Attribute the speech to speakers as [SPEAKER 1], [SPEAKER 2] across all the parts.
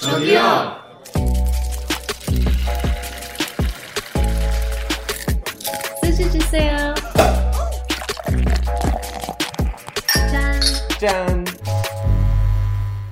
[SPEAKER 1] 저기요.
[SPEAKER 2] 소주 주세요. 짠.
[SPEAKER 3] 짠.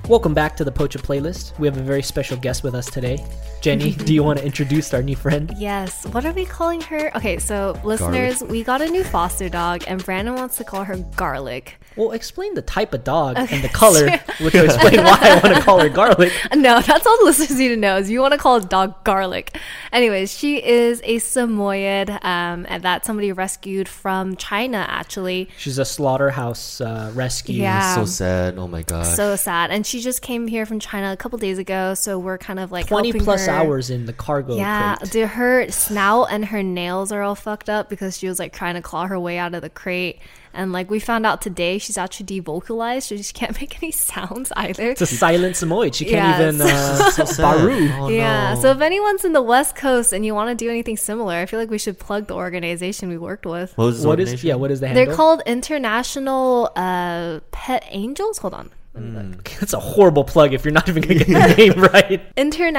[SPEAKER 4] Welcome back to the Pocha playlist. We have a very special guest with us today. Jenny, do you want to introduce our new friend?
[SPEAKER 2] Yes. What are we calling her? Okay, so listeners, we got a new foster dog, and Brandon wants to call her Garlic.
[SPEAKER 4] Well, explain the type of dog and the color, which will explain why I want to call her garlic.
[SPEAKER 2] No, that's all the listeners need to know is you want to call a dog garlic. Anyways, she is a Samoyed, um, and that somebody rescued from China actually.
[SPEAKER 4] She's a slaughterhouse uh, rescue.
[SPEAKER 2] Yeah.
[SPEAKER 3] So sad. Oh my god.
[SPEAKER 2] So sad, and she just came here from China a couple days ago. So we're kind of like
[SPEAKER 4] 20
[SPEAKER 2] helping
[SPEAKER 4] plus
[SPEAKER 2] her.
[SPEAKER 4] hours in the cargo
[SPEAKER 2] Yeah,
[SPEAKER 4] crate.
[SPEAKER 2] dude, her snout and her nails are all fucked up because she was like trying to claw her way out of the crate. And like we found out today, she's actually devocalized, so she can't make any sounds either.
[SPEAKER 4] It's a silent Samoyed. She can't
[SPEAKER 2] Yeah,
[SPEAKER 4] even uh,
[SPEAKER 3] So sad.
[SPEAKER 4] Baru.
[SPEAKER 3] Oh,
[SPEAKER 2] yeah.
[SPEAKER 3] no.
[SPEAKER 2] So if anyone's in the West Coast and you want to do anything similar, I feel like we should plug the organization we worked with.
[SPEAKER 3] What was his
[SPEAKER 4] What is
[SPEAKER 3] ordination?
[SPEAKER 4] yeah? What is the handle?
[SPEAKER 2] They're called International uh, Pet Angels. Hold on.
[SPEAKER 4] That's a horrible plug if you're not even gonna get the name right.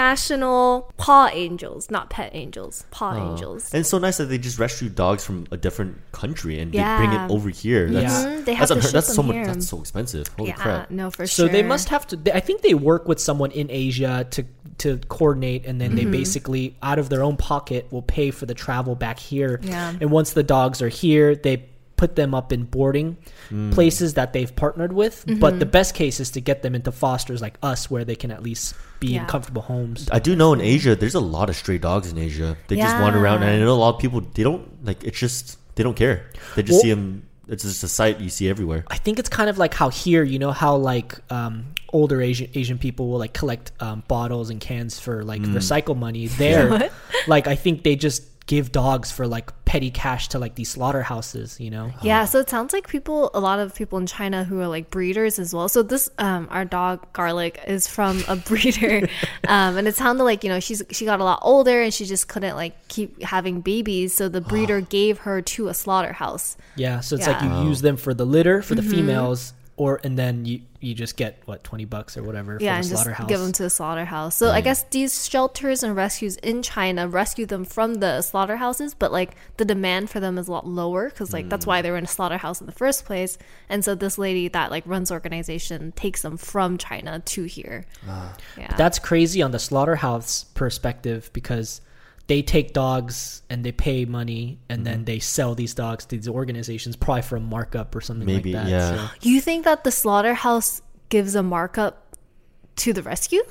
[SPEAKER 2] International Paw Angels, not Pet Angels. Paw
[SPEAKER 3] Oh.
[SPEAKER 2] Angels.
[SPEAKER 3] And it's so nice that they just rescue dogs from a different country and they bring
[SPEAKER 2] Yeah. Mm-hmm.
[SPEAKER 3] it over here. That's
[SPEAKER 4] Mhm,
[SPEAKER 2] they have
[SPEAKER 3] that's
[SPEAKER 2] to
[SPEAKER 3] unheard-
[SPEAKER 2] ship
[SPEAKER 3] that's so
[SPEAKER 2] them
[SPEAKER 3] much
[SPEAKER 2] here.
[SPEAKER 3] that's so expensive. Holy
[SPEAKER 2] yeah,
[SPEAKER 3] crap.
[SPEAKER 2] no, for
[SPEAKER 4] So
[SPEAKER 2] sure.
[SPEAKER 4] they must have to. they- I think they work with someone in Asia to to coordinate, and then they
[SPEAKER 2] Mm-hmm.
[SPEAKER 4] basically out of their own pocket will pay for the travel back here.
[SPEAKER 2] Yeah.
[SPEAKER 4] And once the dogs are here, they put them up in boarding places that they've partnered with.
[SPEAKER 2] Mm-hmm.
[SPEAKER 4] But the best case is to get them into fosters like us, where they can at least be
[SPEAKER 2] Yeah.
[SPEAKER 4] in comfortable homes.
[SPEAKER 3] I do know in Asia there's a lot of stray dogs in Asia. They just wander around and I know a lot of people they don't like it's just they don't care. They just
[SPEAKER 4] Well-
[SPEAKER 3] see 'em see them it's just a sight you see everywhere.
[SPEAKER 4] I think it's kind of like how here, you know, how like um, older Asian Asian people will like collect um, bottles and cans for like recycle money. There, like I think they just give dogs for like petty cash to like these slaughterhouses. You know,
[SPEAKER 2] Yeah, so it sounds like people, a lot of people in China who are like breeders as well. So this, um, our dog Garlic is from a breeder, um, and it sounded like you know she's she got a lot older and she just couldn't like keep having babies, so the breeder gave her to a slaughterhouse.
[SPEAKER 4] yeah. So it's like you
[SPEAKER 2] Yeah. Mm-hmm.
[SPEAKER 4] use them for the litter for the females, or and then you you just get what twenty bucks or whatever
[SPEAKER 2] yeah,
[SPEAKER 4] for
[SPEAKER 2] and
[SPEAKER 4] the
[SPEAKER 2] just
[SPEAKER 4] slaughterhouse. Mm.
[SPEAKER 2] give them to the slaughterhouse. So I guess these shelters and rescues in China rescue them from the slaughterhouses, but like the demand for them is a lot lower because like
[SPEAKER 4] Mm.
[SPEAKER 2] that's why they were in a slaughterhouse in the first place. And so this lady that like runs the organization takes them from China to here.
[SPEAKER 4] Ah.
[SPEAKER 2] yeah.
[SPEAKER 4] That's crazy on the slaughterhouse perspective because they take dogs and they pay money and
[SPEAKER 3] Mm-hmm.
[SPEAKER 4] then they sell these dogs to these organizations probably for a markup or something
[SPEAKER 3] Maybe,
[SPEAKER 4] like that.
[SPEAKER 3] yeah.
[SPEAKER 4] So-
[SPEAKER 2] you think that the slaughterhouse gives a markup to the rescue?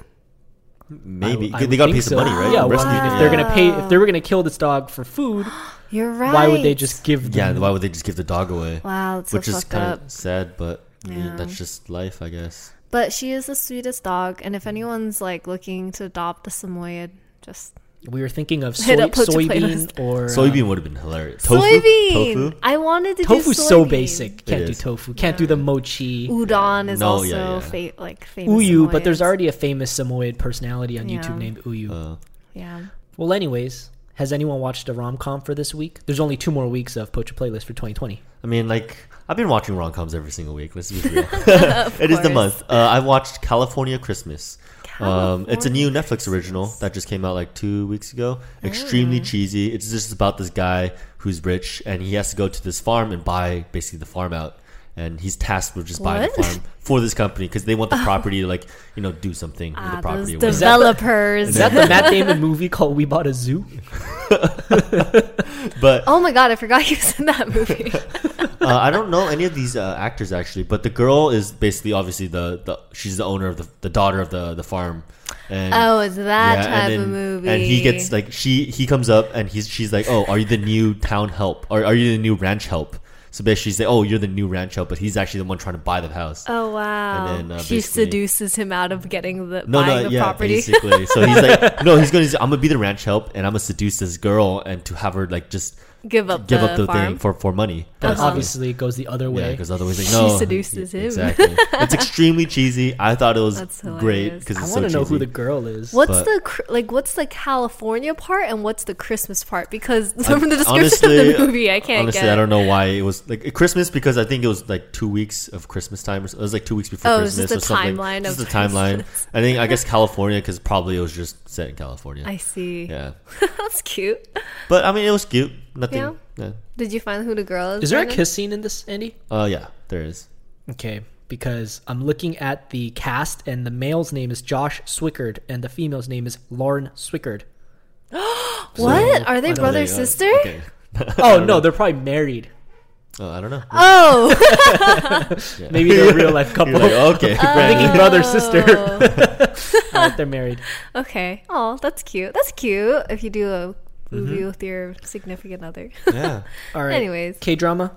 [SPEAKER 3] Maybe
[SPEAKER 4] I
[SPEAKER 3] they
[SPEAKER 4] would
[SPEAKER 3] got to
[SPEAKER 4] think
[SPEAKER 3] pay some
[SPEAKER 4] so.
[SPEAKER 3] money, right?
[SPEAKER 4] Yeah,
[SPEAKER 3] Rescue-
[SPEAKER 4] why-
[SPEAKER 3] yeah.
[SPEAKER 4] if they're gonna pay, if they were gonna kill this dog for food,
[SPEAKER 2] You're right.
[SPEAKER 4] why would they just give?
[SPEAKER 3] Yeah,
[SPEAKER 4] Them?
[SPEAKER 3] why would they just give the dog away?
[SPEAKER 2] Wow, that's so
[SPEAKER 3] which is
[SPEAKER 2] fucked
[SPEAKER 3] kind
[SPEAKER 2] up.
[SPEAKER 3] of sad, but I mean, that's just life, I guess.
[SPEAKER 2] But she is the sweetest dog, and if anyone's like looking to adopt a Samoyed, just
[SPEAKER 4] We were thinking of soy,
[SPEAKER 2] Hit up Pocha
[SPEAKER 4] soybean
[SPEAKER 2] playlist.
[SPEAKER 4] or uh,
[SPEAKER 3] Soybean would have been hilarious.
[SPEAKER 2] soybean.
[SPEAKER 3] tofu,
[SPEAKER 2] I wanted to
[SPEAKER 4] Tofu's
[SPEAKER 2] do soybean.
[SPEAKER 4] so basic. Can't do
[SPEAKER 3] is.
[SPEAKER 4] tofu. Can't do the mochi.
[SPEAKER 2] Udon is
[SPEAKER 3] No,
[SPEAKER 2] also
[SPEAKER 3] yeah,
[SPEAKER 2] Fa- like famous.
[SPEAKER 4] Uyu, but there's
[SPEAKER 2] Samoyeds.
[SPEAKER 4] already a famous Samoyed personality on
[SPEAKER 2] Yeah.
[SPEAKER 4] YouTube named Uyu.
[SPEAKER 3] Uh,
[SPEAKER 2] yeah.
[SPEAKER 4] well, anyways, has anyone watched a rom com for this week? There's only two more weeks of Pocha playlist for 2020.
[SPEAKER 3] I mean, like I've been watching rom coms every single week. Let's be real. it is the month. Uh, I watched California Christmas. Um, it's a new Netflix original that just came out like two weeks ago. Extremely
[SPEAKER 2] Ah.
[SPEAKER 3] cheesy. It's just about this guy who's rich and he has to go to this farm and buy basically the farm out. And he's tasked with just buying the
[SPEAKER 2] What?
[SPEAKER 3] farm for this company because they want the property to like you know do something with the
[SPEAKER 2] Ah, those
[SPEAKER 3] property. or whatever.
[SPEAKER 2] developers.
[SPEAKER 4] Is that the Matt Damon movie called We Bought a Zoo?
[SPEAKER 3] but
[SPEAKER 2] oh my god, I forgot he was in that movie.
[SPEAKER 3] uh, I don't know any of these uh, actors actually, but the girl is basically obviously the, the she's the owner of the, the daughter of the the farm. And,
[SPEAKER 2] Oh, it's that
[SPEAKER 3] and
[SPEAKER 2] type of
[SPEAKER 3] then-
[SPEAKER 2] movie.
[SPEAKER 3] And he gets like she he comes up and he's she's like, oh, are you the new town help or are you the new ranch help? So basically, she's like, oh, you're the new ranch help, but he's actually the one trying to buy the house.
[SPEAKER 2] Oh wow!
[SPEAKER 3] And then, uh,
[SPEAKER 2] she
[SPEAKER 3] basically-
[SPEAKER 2] seduces him out of getting the
[SPEAKER 3] No,
[SPEAKER 2] buying
[SPEAKER 3] no,
[SPEAKER 2] the
[SPEAKER 3] yeah,
[SPEAKER 2] property.
[SPEAKER 3] basically. So he's like, no, he's going to. I'm gonna be the ranch help, and I'm gonna seduce this girl, and to have her like just
[SPEAKER 2] give up
[SPEAKER 3] give
[SPEAKER 2] the
[SPEAKER 3] up the
[SPEAKER 2] farm.
[SPEAKER 3] thing for, for money.
[SPEAKER 4] But
[SPEAKER 3] basically.
[SPEAKER 4] obviously, it goes the other
[SPEAKER 3] Yeah,
[SPEAKER 4] way.
[SPEAKER 3] because otherwise, like,
[SPEAKER 2] She
[SPEAKER 3] no,
[SPEAKER 2] seduces him.
[SPEAKER 3] Exactly. it's extremely cheesy. I thought it was
[SPEAKER 2] That's
[SPEAKER 3] great
[SPEAKER 2] hilarious.
[SPEAKER 3] because
[SPEAKER 4] I
[SPEAKER 3] it's
[SPEAKER 4] want
[SPEAKER 3] so
[SPEAKER 4] to
[SPEAKER 3] cheesy.
[SPEAKER 4] know who the girl is.
[SPEAKER 2] What's
[SPEAKER 3] But-
[SPEAKER 2] the cr- like? What's the California part and what's the Christmas part? Because
[SPEAKER 3] I-
[SPEAKER 2] from the description
[SPEAKER 3] honestly,
[SPEAKER 2] of the movie, I can't
[SPEAKER 3] honestly,
[SPEAKER 2] get.
[SPEAKER 3] I don't know why it was like Christmas because I think it was like two weeks of Christmas time. Or so. It was like two weeks before
[SPEAKER 2] Oh, it was
[SPEAKER 3] Christmas
[SPEAKER 2] just the
[SPEAKER 3] or something.
[SPEAKER 2] timeline
[SPEAKER 3] This
[SPEAKER 2] of
[SPEAKER 3] is the timeline.
[SPEAKER 2] Christmas.
[SPEAKER 3] I think I guess California because probably it was just set in California.
[SPEAKER 2] I see.
[SPEAKER 3] yeah,
[SPEAKER 2] That's cute.
[SPEAKER 3] but I mean it was cute. Nothing.
[SPEAKER 2] Yeah.
[SPEAKER 3] Yeah.
[SPEAKER 2] Did you find who the girl is?
[SPEAKER 4] Is there a
[SPEAKER 2] Brennan?
[SPEAKER 4] kiss scene in this, Andy?
[SPEAKER 3] Uh, yeah. There is.
[SPEAKER 4] Okay, because I'm looking at the cast, and the male's name is Josh Swickard, and the female's name is Lauren Swickard.
[SPEAKER 2] What are they
[SPEAKER 4] I don't
[SPEAKER 2] brother
[SPEAKER 3] Oh, There you go.
[SPEAKER 2] sister?
[SPEAKER 3] Okay.
[SPEAKER 4] Oh no, they're probably married.
[SPEAKER 3] Oh, I don't know.
[SPEAKER 2] Oh,
[SPEAKER 3] Yeah.
[SPEAKER 4] Maybe they're a real life couple.
[SPEAKER 3] You're like,
[SPEAKER 2] Uh,
[SPEAKER 3] okay.
[SPEAKER 4] I'm
[SPEAKER 3] Brandon.
[SPEAKER 4] thinking brother sister. I think they're married.
[SPEAKER 2] okay. Oh, that's cute. That's cute. If you do a movie with your significant other.
[SPEAKER 3] Mm-hmm. yeah.
[SPEAKER 4] All right.
[SPEAKER 2] Anyways.
[SPEAKER 4] K drama.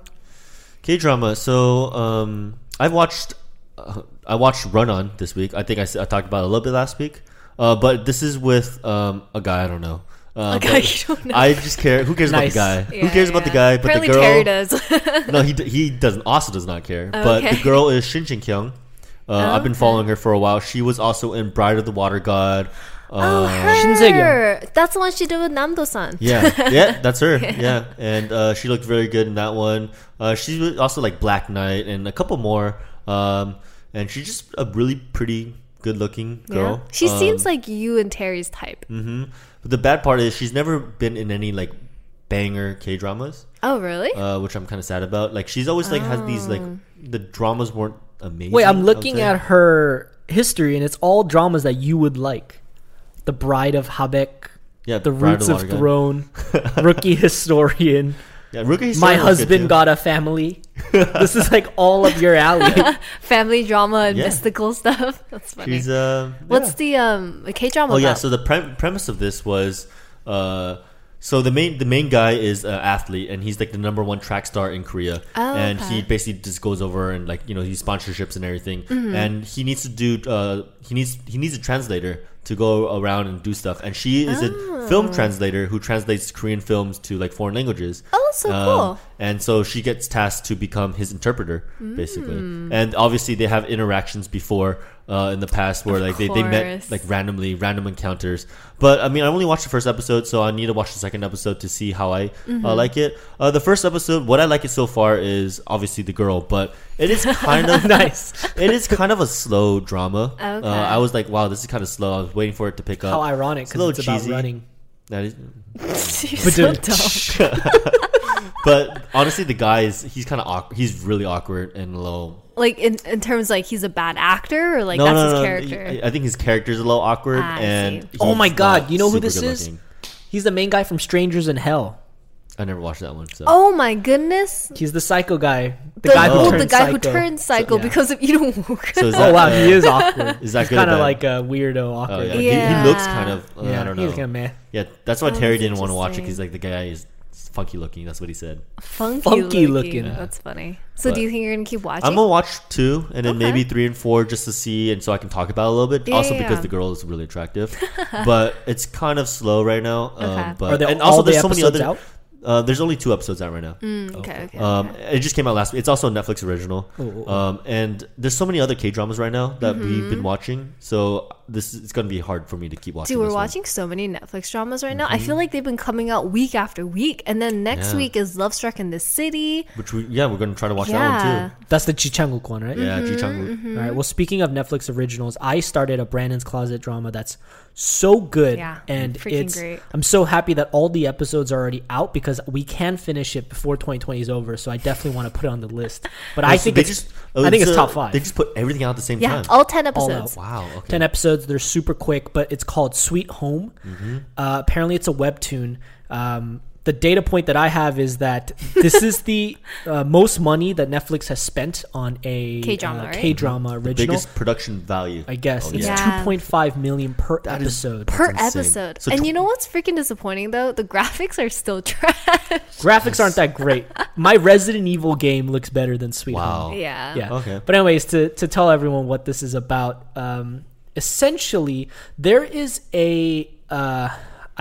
[SPEAKER 3] K drama. So um, I've watched uh, I watched Run On this week. I think I, s- I talked about it a little bit last week, uh, but this is with um, a guy I don't know. Uh,
[SPEAKER 2] A guy
[SPEAKER 3] but
[SPEAKER 2] you don't know.
[SPEAKER 3] I just care. Who cares
[SPEAKER 4] Nice.
[SPEAKER 3] about the guy? Who
[SPEAKER 2] Yeah,
[SPEAKER 3] cares about the
[SPEAKER 2] yeah.
[SPEAKER 3] guy? But
[SPEAKER 2] Apparently
[SPEAKER 3] the girl.
[SPEAKER 2] Terry does. Oh,
[SPEAKER 3] no, he d- he doesn't. Also does not care. But
[SPEAKER 2] Okay.
[SPEAKER 3] the girl is Shin Jin Kyung. Uh, I've been following her for a while. She was also in Bride of the Water God.
[SPEAKER 2] oh,
[SPEAKER 3] Uh,
[SPEAKER 4] Shinsegae.
[SPEAKER 2] her. That's the one she did with Namdo-san.
[SPEAKER 3] yeah, yeah, that's her. Yeah, and uh, she looked very good in that one. Uh, she was also like Black Knight and a couple more. Um, and she's just a really pretty, good-looking
[SPEAKER 2] Yeah.
[SPEAKER 3] girl.
[SPEAKER 2] She
[SPEAKER 3] Um, Mm. mm-hmm.
[SPEAKER 2] seems like you and Terry's type.
[SPEAKER 3] But the bad part is she's never been in any like banger K dramas,
[SPEAKER 2] Oh, really?
[SPEAKER 3] uh, which I'm kind of sad about. Like she's always like has these like
[SPEAKER 2] Oh.
[SPEAKER 3] the dramas weren't amazing.
[SPEAKER 4] Wait, I'm
[SPEAKER 3] I would
[SPEAKER 4] looking
[SPEAKER 3] say.
[SPEAKER 4] at her history, and it's all dramas that you would like. The Bride of Habeck,
[SPEAKER 3] yeah,
[SPEAKER 4] The
[SPEAKER 3] Uh, Bride
[SPEAKER 4] Roots
[SPEAKER 3] the
[SPEAKER 4] of
[SPEAKER 3] Water God.
[SPEAKER 4] Throne, Rookie Historian,
[SPEAKER 3] Yeah, Rookie
[SPEAKER 4] My
[SPEAKER 3] Historian was good,
[SPEAKER 4] Husband
[SPEAKER 3] too.
[SPEAKER 4] Got a Family. this is like all up your alley.
[SPEAKER 2] Family drama and
[SPEAKER 3] Yeah.
[SPEAKER 2] mystical stuff. That's funny.
[SPEAKER 3] She's uh,
[SPEAKER 2] What's
[SPEAKER 3] yeah.
[SPEAKER 2] the um K drama?
[SPEAKER 3] Oh yeah.
[SPEAKER 2] about?
[SPEAKER 3] So the pre- premise of this was, uh, so the main the main guy is an athlete, and he's like the number one track star in Korea,
[SPEAKER 2] Oh,
[SPEAKER 3] and
[SPEAKER 2] okay.
[SPEAKER 3] he basically just goes over and like you know these sponsorships and everything,
[SPEAKER 2] Mm-hmm.
[SPEAKER 3] and he needs to do uh, he needs he needs a translator to go around and do stuff, and she is a
[SPEAKER 2] Oh.
[SPEAKER 3] film translator who translates Korean films to like foreign languages.
[SPEAKER 2] Oh, so
[SPEAKER 3] Um,
[SPEAKER 2] cool.
[SPEAKER 3] and so she gets tasked to become his interpreter, basically.
[SPEAKER 2] Mm.
[SPEAKER 3] And obviously, they have interactions before uh, in the past where like they, they met
[SPEAKER 2] course.
[SPEAKER 3] like randomly, random encounters. But I mean, I only watched the first episode, so I need to watch the second episode to see how I
[SPEAKER 2] Mm-hmm.
[SPEAKER 3] uh, like it. Uh, the first episode, what I like it so far is obviously the girl, but it is kind of
[SPEAKER 4] nice.
[SPEAKER 3] It is kind of a slow drama.
[SPEAKER 2] Okay.
[SPEAKER 3] Uh, I was like, wow, this is kind of slow. I was waiting for it to pick up.
[SPEAKER 4] How ironic
[SPEAKER 3] little
[SPEAKER 4] because it's, about
[SPEAKER 3] cheesy.
[SPEAKER 4] running.
[SPEAKER 3] That is,
[SPEAKER 2] She's so
[SPEAKER 4] Badum.
[SPEAKER 2] dumb.
[SPEAKER 3] but honestly, the guy is he's kind of awkward. He's really awkward and low.
[SPEAKER 2] Like in, in terms like he's a bad actor or like that's his character.
[SPEAKER 3] I, I think his character's a little awkward.
[SPEAKER 2] Ah, I
[SPEAKER 3] and
[SPEAKER 2] see.
[SPEAKER 4] Oh
[SPEAKER 3] he's
[SPEAKER 4] my God,
[SPEAKER 3] not
[SPEAKER 4] you know who
[SPEAKER 3] super
[SPEAKER 4] this is?
[SPEAKER 3] good-looking.
[SPEAKER 4] He's the main guy from Strangers in Hell.
[SPEAKER 3] I never watched that one. So.
[SPEAKER 2] oh my goodness.
[SPEAKER 4] He's the psycho guy.
[SPEAKER 2] The,
[SPEAKER 4] The, guy who
[SPEAKER 2] oh,
[SPEAKER 4] turned
[SPEAKER 2] the guy who
[SPEAKER 4] psycho.
[SPEAKER 2] turned psycho
[SPEAKER 4] yeah.
[SPEAKER 2] because of Eden Walker.
[SPEAKER 3] So is
[SPEAKER 4] Oh wow,
[SPEAKER 3] uh,
[SPEAKER 4] he is awkward.
[SPEAKER 3] Is that
[SPEAKER 4] He's
[SPEAKER 3] good or
[SPEAKER 4] kind of
[SPEAKER 3] bad?
[SPEAKER 4] like a weirdo
[SPEAKER 3] Oh,
[SPEAKER 4] awkward.
[SPEAKER 3] yeah.
[SPEAKER 4] yeah.
[SPEAKER 3] He, he looks
[SPEAKER 2] Yeah.
[SPEAKER 3] kind of. Uh, I don't know.
[SPEAKER 4] he's kind of meh.
[SPEAKER 3] yeah, that's why
[SPEAKER 2] Oh,
[SPEAKER 3] Terry
[SPEAKER 2] that's
[SPEAKER 3] didn't want to watch it. 'cause He's
[SPEAKER 2] interesting.
[SPEAKER 3] like the guy is funky looking. That's what he said.
[SPEAKER 2] funky,
[SPEAKER 4] funky
[SPEAKER 2] looking.
[SPEAKER 4] looking. Yeah.
[SPEAKER 2] That's funny. So
[SPEAKER 3] But-
[SPEAKER 2] do you think you're gonna keep watching?
[SPEAKER 3] I'm gonna watch two and then
[SPEAKER 2] Okay.
[SPEAKER 3] maybe three and four just to see and so I can talk about it a little bit.
[SPEAKER 2] Yeah,
[SPEAKER 3] also
[SPEAKER 2] yeah,
[SPEAKER 3] because
[SPEAKER 2] yeah.
[SPEAKER 3] the girl is really attractive, but it's kind of slow right now.
[SPEAKER 2] Okay.
[SPEAKER 3] Um, but
[SPEAKER 4] Are there
[SPEAKER 3] and also
[SPEAKER 4] all the
[SPEAKER 3] there's so many
[SPEAKER 4] episodes
[SPEAKER 3] other.
[SPEAKER 4] out?
[SPEAKER 3] Uh, there's only two episodes out right now.
[SPEAKER 2] Mm, okay, okay.
[SPEAKER 3] Um, it just came out last week. It's also a Netflix original.
[SPEAKER 4] Oh,
[SPEAKER 3] Um, and there's so many other K dramas right now that
[SPEAKER 2] Mm-hmm.
[SPEAKER 3] we've been watching. So this is, it's going to be hard for me to keep watching.
[SPEAKER 2] Dude, we're
[SPEAKER 3] this one.
[SPEAKER 2] watching so many Netflix dramas right now. I feel like they've been coming out week after week, and then next
[SPEAKER 3] Yeah.
[SPEAKER 2] week is Love Struck in the City.
[SPEAKER 3] which we yeah we're going to try to watch that
[SPEAKER 2] yeah,
[SPEAKER 3] one too.
[SPEAKER 4] That's the Chichanguk one, right?
[SPEAKER 3] Yeah, Ji
[SPEAKER 2] Mm-hmm,
[SPEAKER 3] Chang.
[SPEAKER 4] All right. Well, speaking of Netflix originals, I started a Brandon's Closet drama that's so good,
[SPEAKER 2] Yeah,
[SPEAKER 4] and
[SPEAKER 2] freaking
[SPEAKER 4] it's
[SPEAKER 2] great.
[SPEAKER 4] I'm so happy that all the episodes are already out because we can finish it before 2020 is over. So I definitely want to put it on the list. But I think
[SPEAKER 3] they
[SPEAKER 4] it's
[SPEAKER 3] just
[SPEAKER 4] I think it's
[SPEAKER 3] uh,
[SPEAKER 4] top five.
[SPEAKER 3] They just put everything out at the same
[SPEAKER 2] yeah, Oh,
[SPEAKER 3] time.
[SPEAKER 2] all ten
[SPEAKER 4] All
[SPEAKER 2] episodes.
[SPEAKER 4] out.
[SPEAKER 3] wow. Okay.
[SPEAKER 4] 10 episodes. They're super quick, but it's called Sweet Home.
[SPEAKER 3] Mm-hmm.
[SPEAKER 4] Uh, apparently, it's a webtoon. Um, the data point that I have is that this is the uh, most money that Netflix has spent on a uh,
[SPEAKER 2] K-drama, right?
[SPEAKER 4] K-drama original.
[SPEAKER 3] Mm-hmm. Biggest production value.
[SPEAKER 4] I guess
[SPEAKER 3] Oh,
[SPEAKER 4] it's
[SPEAKER 2] yeah. Yeah.
[SPEAKER 4] 2.5 million per
[SPEAKER 3] is-
[SPEAKER 4] episode.
[SPEAKER 2] per
[SPEAKER 3] That's insane.
[SPEAKER 2] episode.
[SPEAKER 3] So
[SPEAKER 2] and
[SPEAKER 3] tw-
[SPEAKER 2] you know what's freaking disappointing though? The graphics are still trash.
[SPEAKER 4] Graphics aren't that great. My Resident Evil game looks better than Sweet Home.
[SPEAKER 3] Wow.
[SPEAKER 2] yeah.
[SPEAKER 4] Yeah.
[SPEAKER 3] Okay.
[SPEAKER 4] But anyways, to to tell everyone what this is about, um, essentially there
[SPEAKER 2] Mm-hmm.
[SPEAKER 4] is a uh,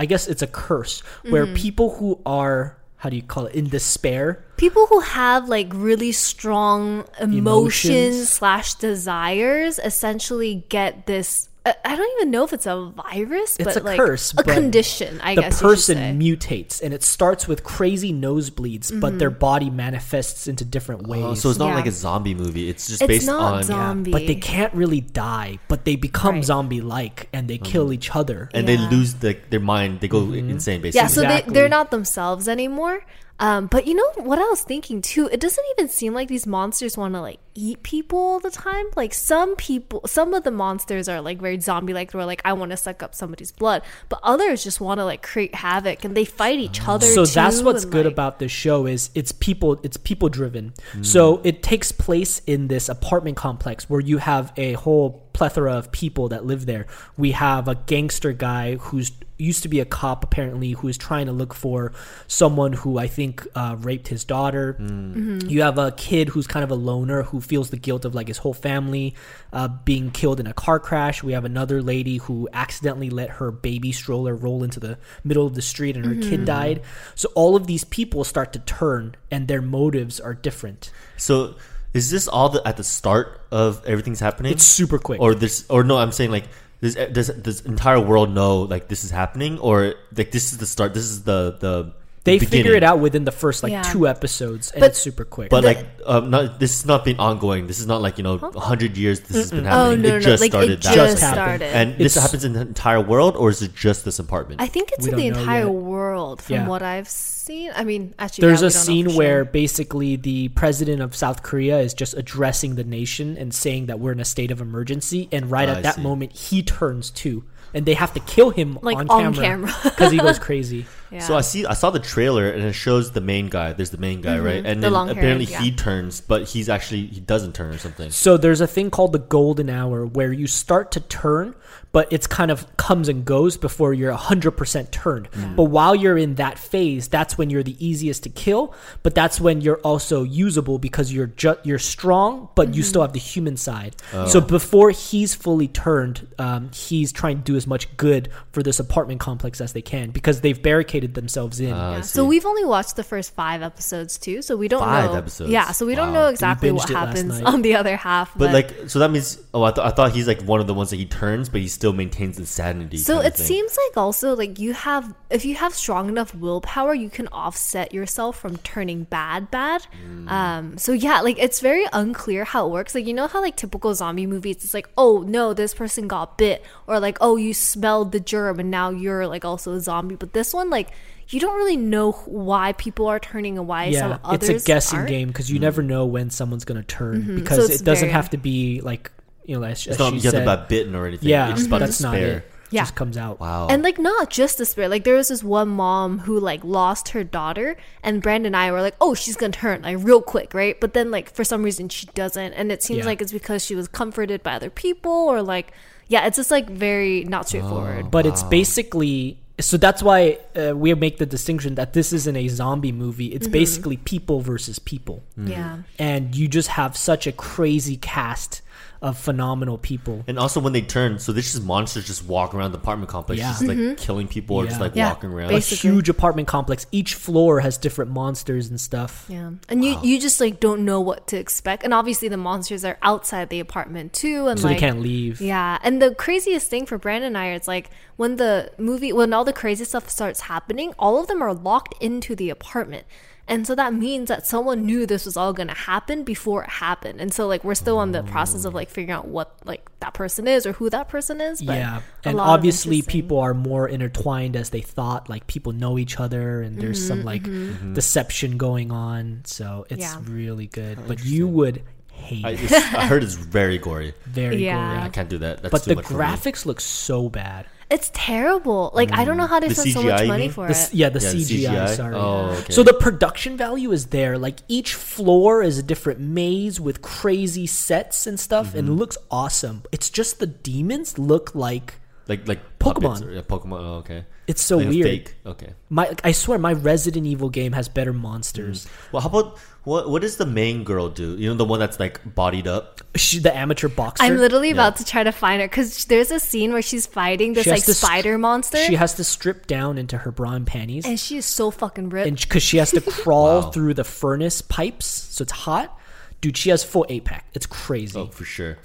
[SPEAKER 4] I guess it's a curse where people who are how do you call it in despair
[SPEAKER 2] people who have like really strong emotions,
[SPEAKER 4] Emotions.
[SPEAKER 2] slash desires essentially get this I I don't even know if it's a virus,
[SPEAKER 4] It's
[SPEAKER 2] but
[SPEAKER 4] a
[SPEAKER 2] like
[SPEAKER 4] curse,
[SPEAKER 2] a
[SPEAKER 4] but
[SPEAKER 2] condition. I
[SPEAKER 4] the
[SPEAKER 2] guess
[SPEAKER 4] person
[SPEAKER 2] you should say.
[SPEAKER 4] mutates and it starts with crazy nosebleeds but
[SPEAKER 2] Mm-hmm.
[SPEAKER 4] their body manifests into different ways
[SPEAKER 3] Oh, so it's not
[SPEAKER 2] Yeah.
[SPEAKER 3] like a zombie movie. It's just
[SPEAKER 2] it's
[SPEAKER 3] based
[SPEAKER 2] not
[SPEAKER 3] on
[SPEAKER 2] zombie,
[SPEAKER 4] but they can't really die but they become
[SPEAKER 2] Right.
[SPEAKER 4] zombie like and they kill each other
[SPEAKER 3] and
[SPEAKER 2] Yeah.
[SPEAKER 3] they lose the, their mind. They go
[SPEAKER 4] Mm-hmm.
[SPEAKER 3] insane basically.
[SPEAKER 2] yeah so
[SPEAKER 4] Exactly.
[SPEAKER 2] they, they're not themselves anymore um, but you know what i was thinking too it doesn't even seem like these monsters want to like eat people all the time like some people some of the monsters are like very zombie like they're like i want to suck up somebody's blood but others just want to like create havoc and they fight each other
[SPEAKER 4] Oh. so that's
[SPEAKER 2] too,
[SPEAKER 4] what's
[SPEAKER 2] and,
[SPEAKER 4] good
[SPEAKER 2] like-
[SPEAKER 4] about this show is it's people it's people driven so it takes place in this apartment complex where you have a whole plethora of people that live there we have a gangster guy who's used to be a cop apparently who is trying to look for someone who i think uh, raped his daughter Mm. you have a kid who's kind of a loner who feels the guilt of like his whole family uh, being killed in a car crash we have another lady who accidentally let her baby stroller roll into the middle of the street and her
[SPEAKER 2] Mm-hmm.
[SPEAKER 4] kid died so all of these people start to turn and their motives are different
[SPEAKER 3] So is this all the, at the start of everything's happening?
[SPEAKER 4] it's super quick
[SPEAKER 3] or this or no? I'm saying like does does this entire world know like this is happening or like this is the start? This is the the
[SPEAKER 4] they
[SPEAKER 3] the
[SPEAKER 4] figure it
[SPEAKER 3] beginning?
[SPEAKER 4] out within the first like
[SPEAKER 2] Yeah.
[SPEAKER 4] two episodes and
[SPEAKER 2] But-
[SPEAKER 4] it's super quick
[SPEAKER 3] But like, um, not this has not been ongoing. This is not like you know, hundred years. This has been
[SPEAKER 2] oh
[SPEAKER 3] happening.
[SPEAKER 2] no no,
[SPEAKER 3] it
[SPEAKER 2] no.
[SPEAKER 3] just
[SPEAKER 2] like
[SPEAKER 3] started.
[SPEAKER 2] it just
[SPEAKER 3] that
[SPEAKER 4] just
[SPEAKER 3] way.
[SPEAKER 4] happened.
[SPEAKER 2] started
[SPEAKER 3] And this
[SPEAKER 4] It's-
[SPEAKER 3] happens in the entire world, or is it just this apartment?
[SPEAKER 2] i think it's
[SPEAKER 4] We
[SPEAKER 2] in the
[SPEAKER 4] don't know
[SPEAKER 2] entire
[SPEAKER 4] yet.
[SPEAKER 2] world from
[SPEAKER 4] Yeah.
[SPEAKER 2] what i've seen i mean actually
[SPEAKER 4] There's
[SPEAKER 2] yeah,
[SPEAKER 4] a
[SPEAKER 2] we don't know for
[SPEAKER 4] scene
[SPEAKER 2] sure.
[SPEAKER 4] where basically the president of South Korea is just addressing the nation and saying that we're in a state of emergency, and right at
[SPEAKER 3] Oh, I
[SPEAKER 4] that
[SPEAKER 3] see.
[SPEAKER 4] moment he turns too, and they have to kill him
[SPEAKER 2] Like,
[SPEAKER 4] on,
[SPEAKER 2] on
[SPEAKER 4] camera
[SPEAKER 2] camera.
[SPEAKER 4] because he goes crazy.
[SPEAKER 2] yeah.
[SPEAKER 3] So I see, I saw the trailer, and it shows the main guy. There's the main guy, right? And
[SPEAKER 2] Mm-hmm. The
[SPEAKER 3] then
[SPEAKER 2] long-haired,
[SPEAKER 3] apparently he
[SPEAKER 2] yeah.
[SPEAKER 3] turns, but he's actually he doesn't turn or something.
[SPEAKER 4] So there's a thing called the golden hour where you start to turn, but it's kind of comes and goes before you're 100% turned. But while you're in that phase, that's when you're the easiest to kill, but that's when you're also usable because you're ju- you're strong, but you still have the human side. So before he's fully turned, um, he's trying to do as much good for this apartment complex as they can because they've baricaded themselves in.
[SPEAKER 3] Ah, I
[SPEAKER 2] Yeah.
[SPEAKER 3] see.
[SPEAKER 2] So we've only watched the first five episodes too, so we don't
[SPEAKER 3] Five
[SPEAKER 2] know.
[SPEAKER 3] episodes.
[SPEAKER 2] Yeah, so we don't know
[SPEAKER 3] Wow.
[SPEAKER 2] exactly
[SPEAKER 4] We
[SPEAKER 2] what
[SPEAKER 4] binged it last
[SPEAKER 2] happens
[SPEAKER 4] night.
[SPEAKER 2] on the other half.
[SPEAKER 3] but like, so that means oh, I, th- I thought he's like one of the ones that he turns, but he still maintains insanity.
[SPEAKER 2] so
[SPEAKER 3] kind of
[SPEAKER 2] it
[SPEAKER 3] thing.
[SPEAKER 2] seems like also like you have if you have strong enough willpower, you can offset yourself from turning bad bad. Um, so yeah, like it's very unclear how it works. Like you know how like typical zombie movies, it's like oh no, this person got bit, or like oh you smelled the germ and now you're like also a zombie. But this one like. You don't really know why people are turning and why some
[SPEAKER 4] it's
[SPEAKER 2] others
[SPEAKER 4] a guessing
[SPEAKER 2] aren't.
[SPEAKER 4] game because you never know when someone's going to turn
[SPEAKER 2] So
[SPEAKER 4] because
[SPEAKER 2] it's
[SPEAKER 4] it doesn't
[SPEAKER 2] very-
[SPEAKER 4] have to be like you know as, as
[SPEAKER 3] it's not
[SPEAKER 4] she
[SPEAKER 3] you haven't
[SPEAKER 4] said
[SPEAKER 3] got bitten or anything.
[SPEAKER 4] yeah
[SPEAKER 3] it's just about
[SPEAKER 4] that's not
[SPEAKER 3] despair.
[SPEAKER 4] it
[SPEAKER 2] Yeah.
[SPEAKER 4] just comes out
[SPEAKER 3] Wow.
[SPEAKER 2] And like not just despair. Like there was this one mom who like lost her daughter and Brandon and I were like, Oh, she's gonna turn like real quick, right? But then like for some reason she doesn't. And it seems
[SPEAKER 4] Yeah.
[SPEAKER 2] like it's because she was comforted by other people or like yeah, it's just like very not straightforward.
[SPEAKER 4] but it's basically so that's why uh, we make the distinction that this isn't a zombie movie it's
[SPEAKER 2] Mm-hmm.
[SPEAKER 4] basically people versus people
[SPEAKER 3] Mm.
[SPEAKER 2] Yeah.
[SPEAKER 4] and you just have such a crazy cast of phenomenal people
[SPEAKER 3] And also when they turn, so there's just monsters just walk around the apartment complex,
[SPEAKER 4] Yeah.
[SPEAKER 3] just like killing people or just
[SPEAKER 4] Yeah.
[SPEAKER 3] like
[SPEAKER 2] Mm-hmm. Yeah.
[SPEAKER 3] walking around.
[SPEAKER 2] Basi- Basically.
[SPEAKER 4] a huge apartment complex each floor has different monsters and stuff
[SPEAKER 2] Yeah. And you you just like don't know what to expect. And obviously the monsters are outside the apartment too and
[SPEAKER 4] so
[SPEAKER 2] like
[SPEAKER 4] they can't leave
[SPEAKER 2] Yeah, and the craziest thing for Brandon and I is like when the movie, when all the crazy stuff starts happening, all of them are locked into the apartment. And so that means that someone knew this was all going to happen before it happened. And so like we're still on the process of like figuring out what like that person is or who that person is. But
[SPEAKER 4] yeah,
[SPEAKER 2] a
[SPEAKER 4] and
[SPEAKER 2] lot of
[SPEAKER 4] obviously
[SPEAKER 2] interesting-
[SPEAKER 4] people are more intertwined as they thought. Like people know each other, and there's some like
[SPEAKER 3] Mm-hmm.
[SPEAKER 4] deception going on. So it's
[SPEAKER 2] Mm-hmm, Yeah.
[SPEAKER 4] really good, but you would hate
[SPEAKER 3] I,
[SPEAKER 4] it.
[SPEAKER 3] it's, I heard it's very gory.
[SPEAKER 4] Very
[SPEAKER 2] Yeah.
[SPEAKER 4] gory.
[SPEAKER 3] I can't do that. That's
[SPEAKER 4] But
[SPEAKER 3] too
[SPEAKER 4] the
[SPEAKER 3] much for me.
[SPEAKER 4] graphics look so bad.
[SPEAKER 2] It's terrible. Like I don't know how they
[SPEAKER 3] Mm, The
[SPEAKER 2] spent so much
[SPEAKER 3] CGI, you
[SPEAKER 2] money
[SPEAKER 3] mean?
[SPEAKER 2] for
[SPEAKER 4] The
[SPEAKER 2] it.
[SPEAKER 4] s- yeah, the
[SPEAKER 3] Yeah, the
[SPEAKER 4] CGI.
[SPEAKER 3] CGI?
[SPEAKER 4] Sorry.
[SPEAKER 3] Oh, okay.
[SPEAKER 4] So the production value is there. Like each floor is a different maze with
[SPEAKER 3] Mm-hmm.
[SPEAKER 4] crazy sets and stuff, and it looks awesome. It's just the demons look like
[SPEAKER 3] Like like
[SPEAKER 4] Pokemon.
[SPEAKER 3] puppets or- yeah, Pokemon. Oh, okay.
[SPEAKER 4] It's so
[SPEAKER 3] Like a
[SPEAKER 4] weird.
[SPEAKER 3] Fake. Okay.
[SPEAKER 4] My, I swear, my Resident Evil game has better monsters.
[SPEAKER 3] Well, how about what? What does the main girl do? You know, the one that's like bodied up.
[SPEAKER 4] She, the amateur boxer.
[SPEAKER 2] I'm literally about to try to find her because there's a scene where she's fighting this
[SPEAKER 4] She has
[SPEAKER 2] like
[SPEAKER 4] to str-
[SPEAKER 2] spider monster,
[SPEAKER 4] She has to strip down into her bra and panties,
[SPEAKER 2] and she is so fucking ripped.
[SPEAKER 4] and because she has to crawl
[SPEAKER 3] Wow.
[SPEAKER 4] through the furnace pipes, so it's hot. Dude, she has full eight pack. It's crazy.
[SPEAKER 3] Oh, for sure.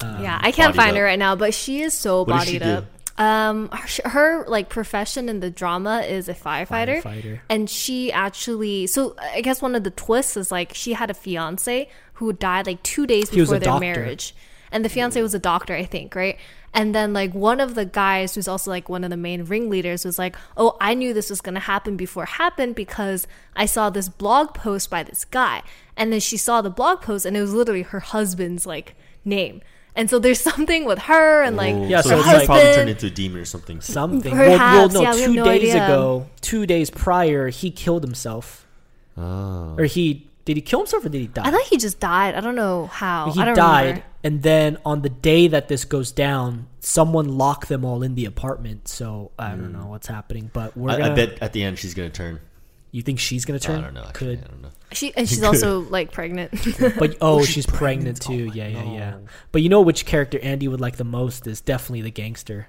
[SPEAKER 2] yeah, I can't
[SPEAKER 3] Um, bodied
[SPEAKER 2] find
[SPEAKER 3] up.
[SPEAKER 2] her right now, but she is so
[SPEAKER 3] What does
[SPEAKER 2] bodied
[SPEAKER 3] she
[SPEAKER 2] up. Um, her, her like profession in the drama is a firefighter,
[SPEAKER 4] Firefighter.
[SPEAKER 2] and she actually. So I guess one of the twists is like she had a fiance who died like two days
[SPEAKER 4] He was
[SPEAKER 2] before
[SPEAKER 4] a
[SPEAKER 2] their
[SPEAKER 4] doctor.
[SPEAKER 2] marriage, and the fiance was a doctor, I think, right? And then like one of the guys who's also like one of the main ringleaders was like, "Oh, I knew this was gonna happen before it happened because I saw this blog post by this guy." And then she saw the blog post, and it was literally her husband's like name. And so there's something with her and like
[SPEAKER 3] Oh,
[SPEAKER 4] Yeah,
[SPEAKER 3] so,
[SPEAKER 4] so it's
[SPEAKER 3] it's like
[SPEAKER 4] like-
[SPEAKER 3] probably turned into a demon or something.
[SPEAKER 4] Something.
[SPEAKER 2] Perhaps,
[SPEAKER 4] well, well, no,
[SPEAKER 2] yeah, we have
[SPEAKER 4] two
[SPEAKER 2] no
[SPEAKER 4] days
[SPEAKER 2] idea.
[SPEAKER 4] ago, two days prior, he killed himself.
[SPEAKER 3] Oh.
[SPEAKER 4] Or he did he kill himself or did he die?
[SPEAKER 2] I thought he just died. I don't know how.
[SPEAKER 4] he
[SPEAKER 2] I don't
[SPEAKER 4] died,
[SPEAKER 2] remember.
[SPEAKER 4] and then on the day that this goes down, someone locked them all in the apartment. So I don't know what's happening, but we're
[SPEAKER 3] Hmm. I,
[SPEAKER 4] gonna.
[SPEAKER 3] I bet at the end she's gonna turn.
[SPEAKER 4] You think she's gonna
[SPEAKER 3] I
[SPEAKER 4] turn?
[SPEAKER 3] don't know. Actually,
[SPEAKER 4] Could,
[SPEAKER 3] I don't know.
[SPEAKER 2] She and she's also like pregnant.
[SPEAKER 4] but oh, she's, pregnant,
[SPEAKER 2] Oh
[SPEAKER 4] too. yeah, yeah, yeah. But you know which character Andy would like the most is definitely the gangster.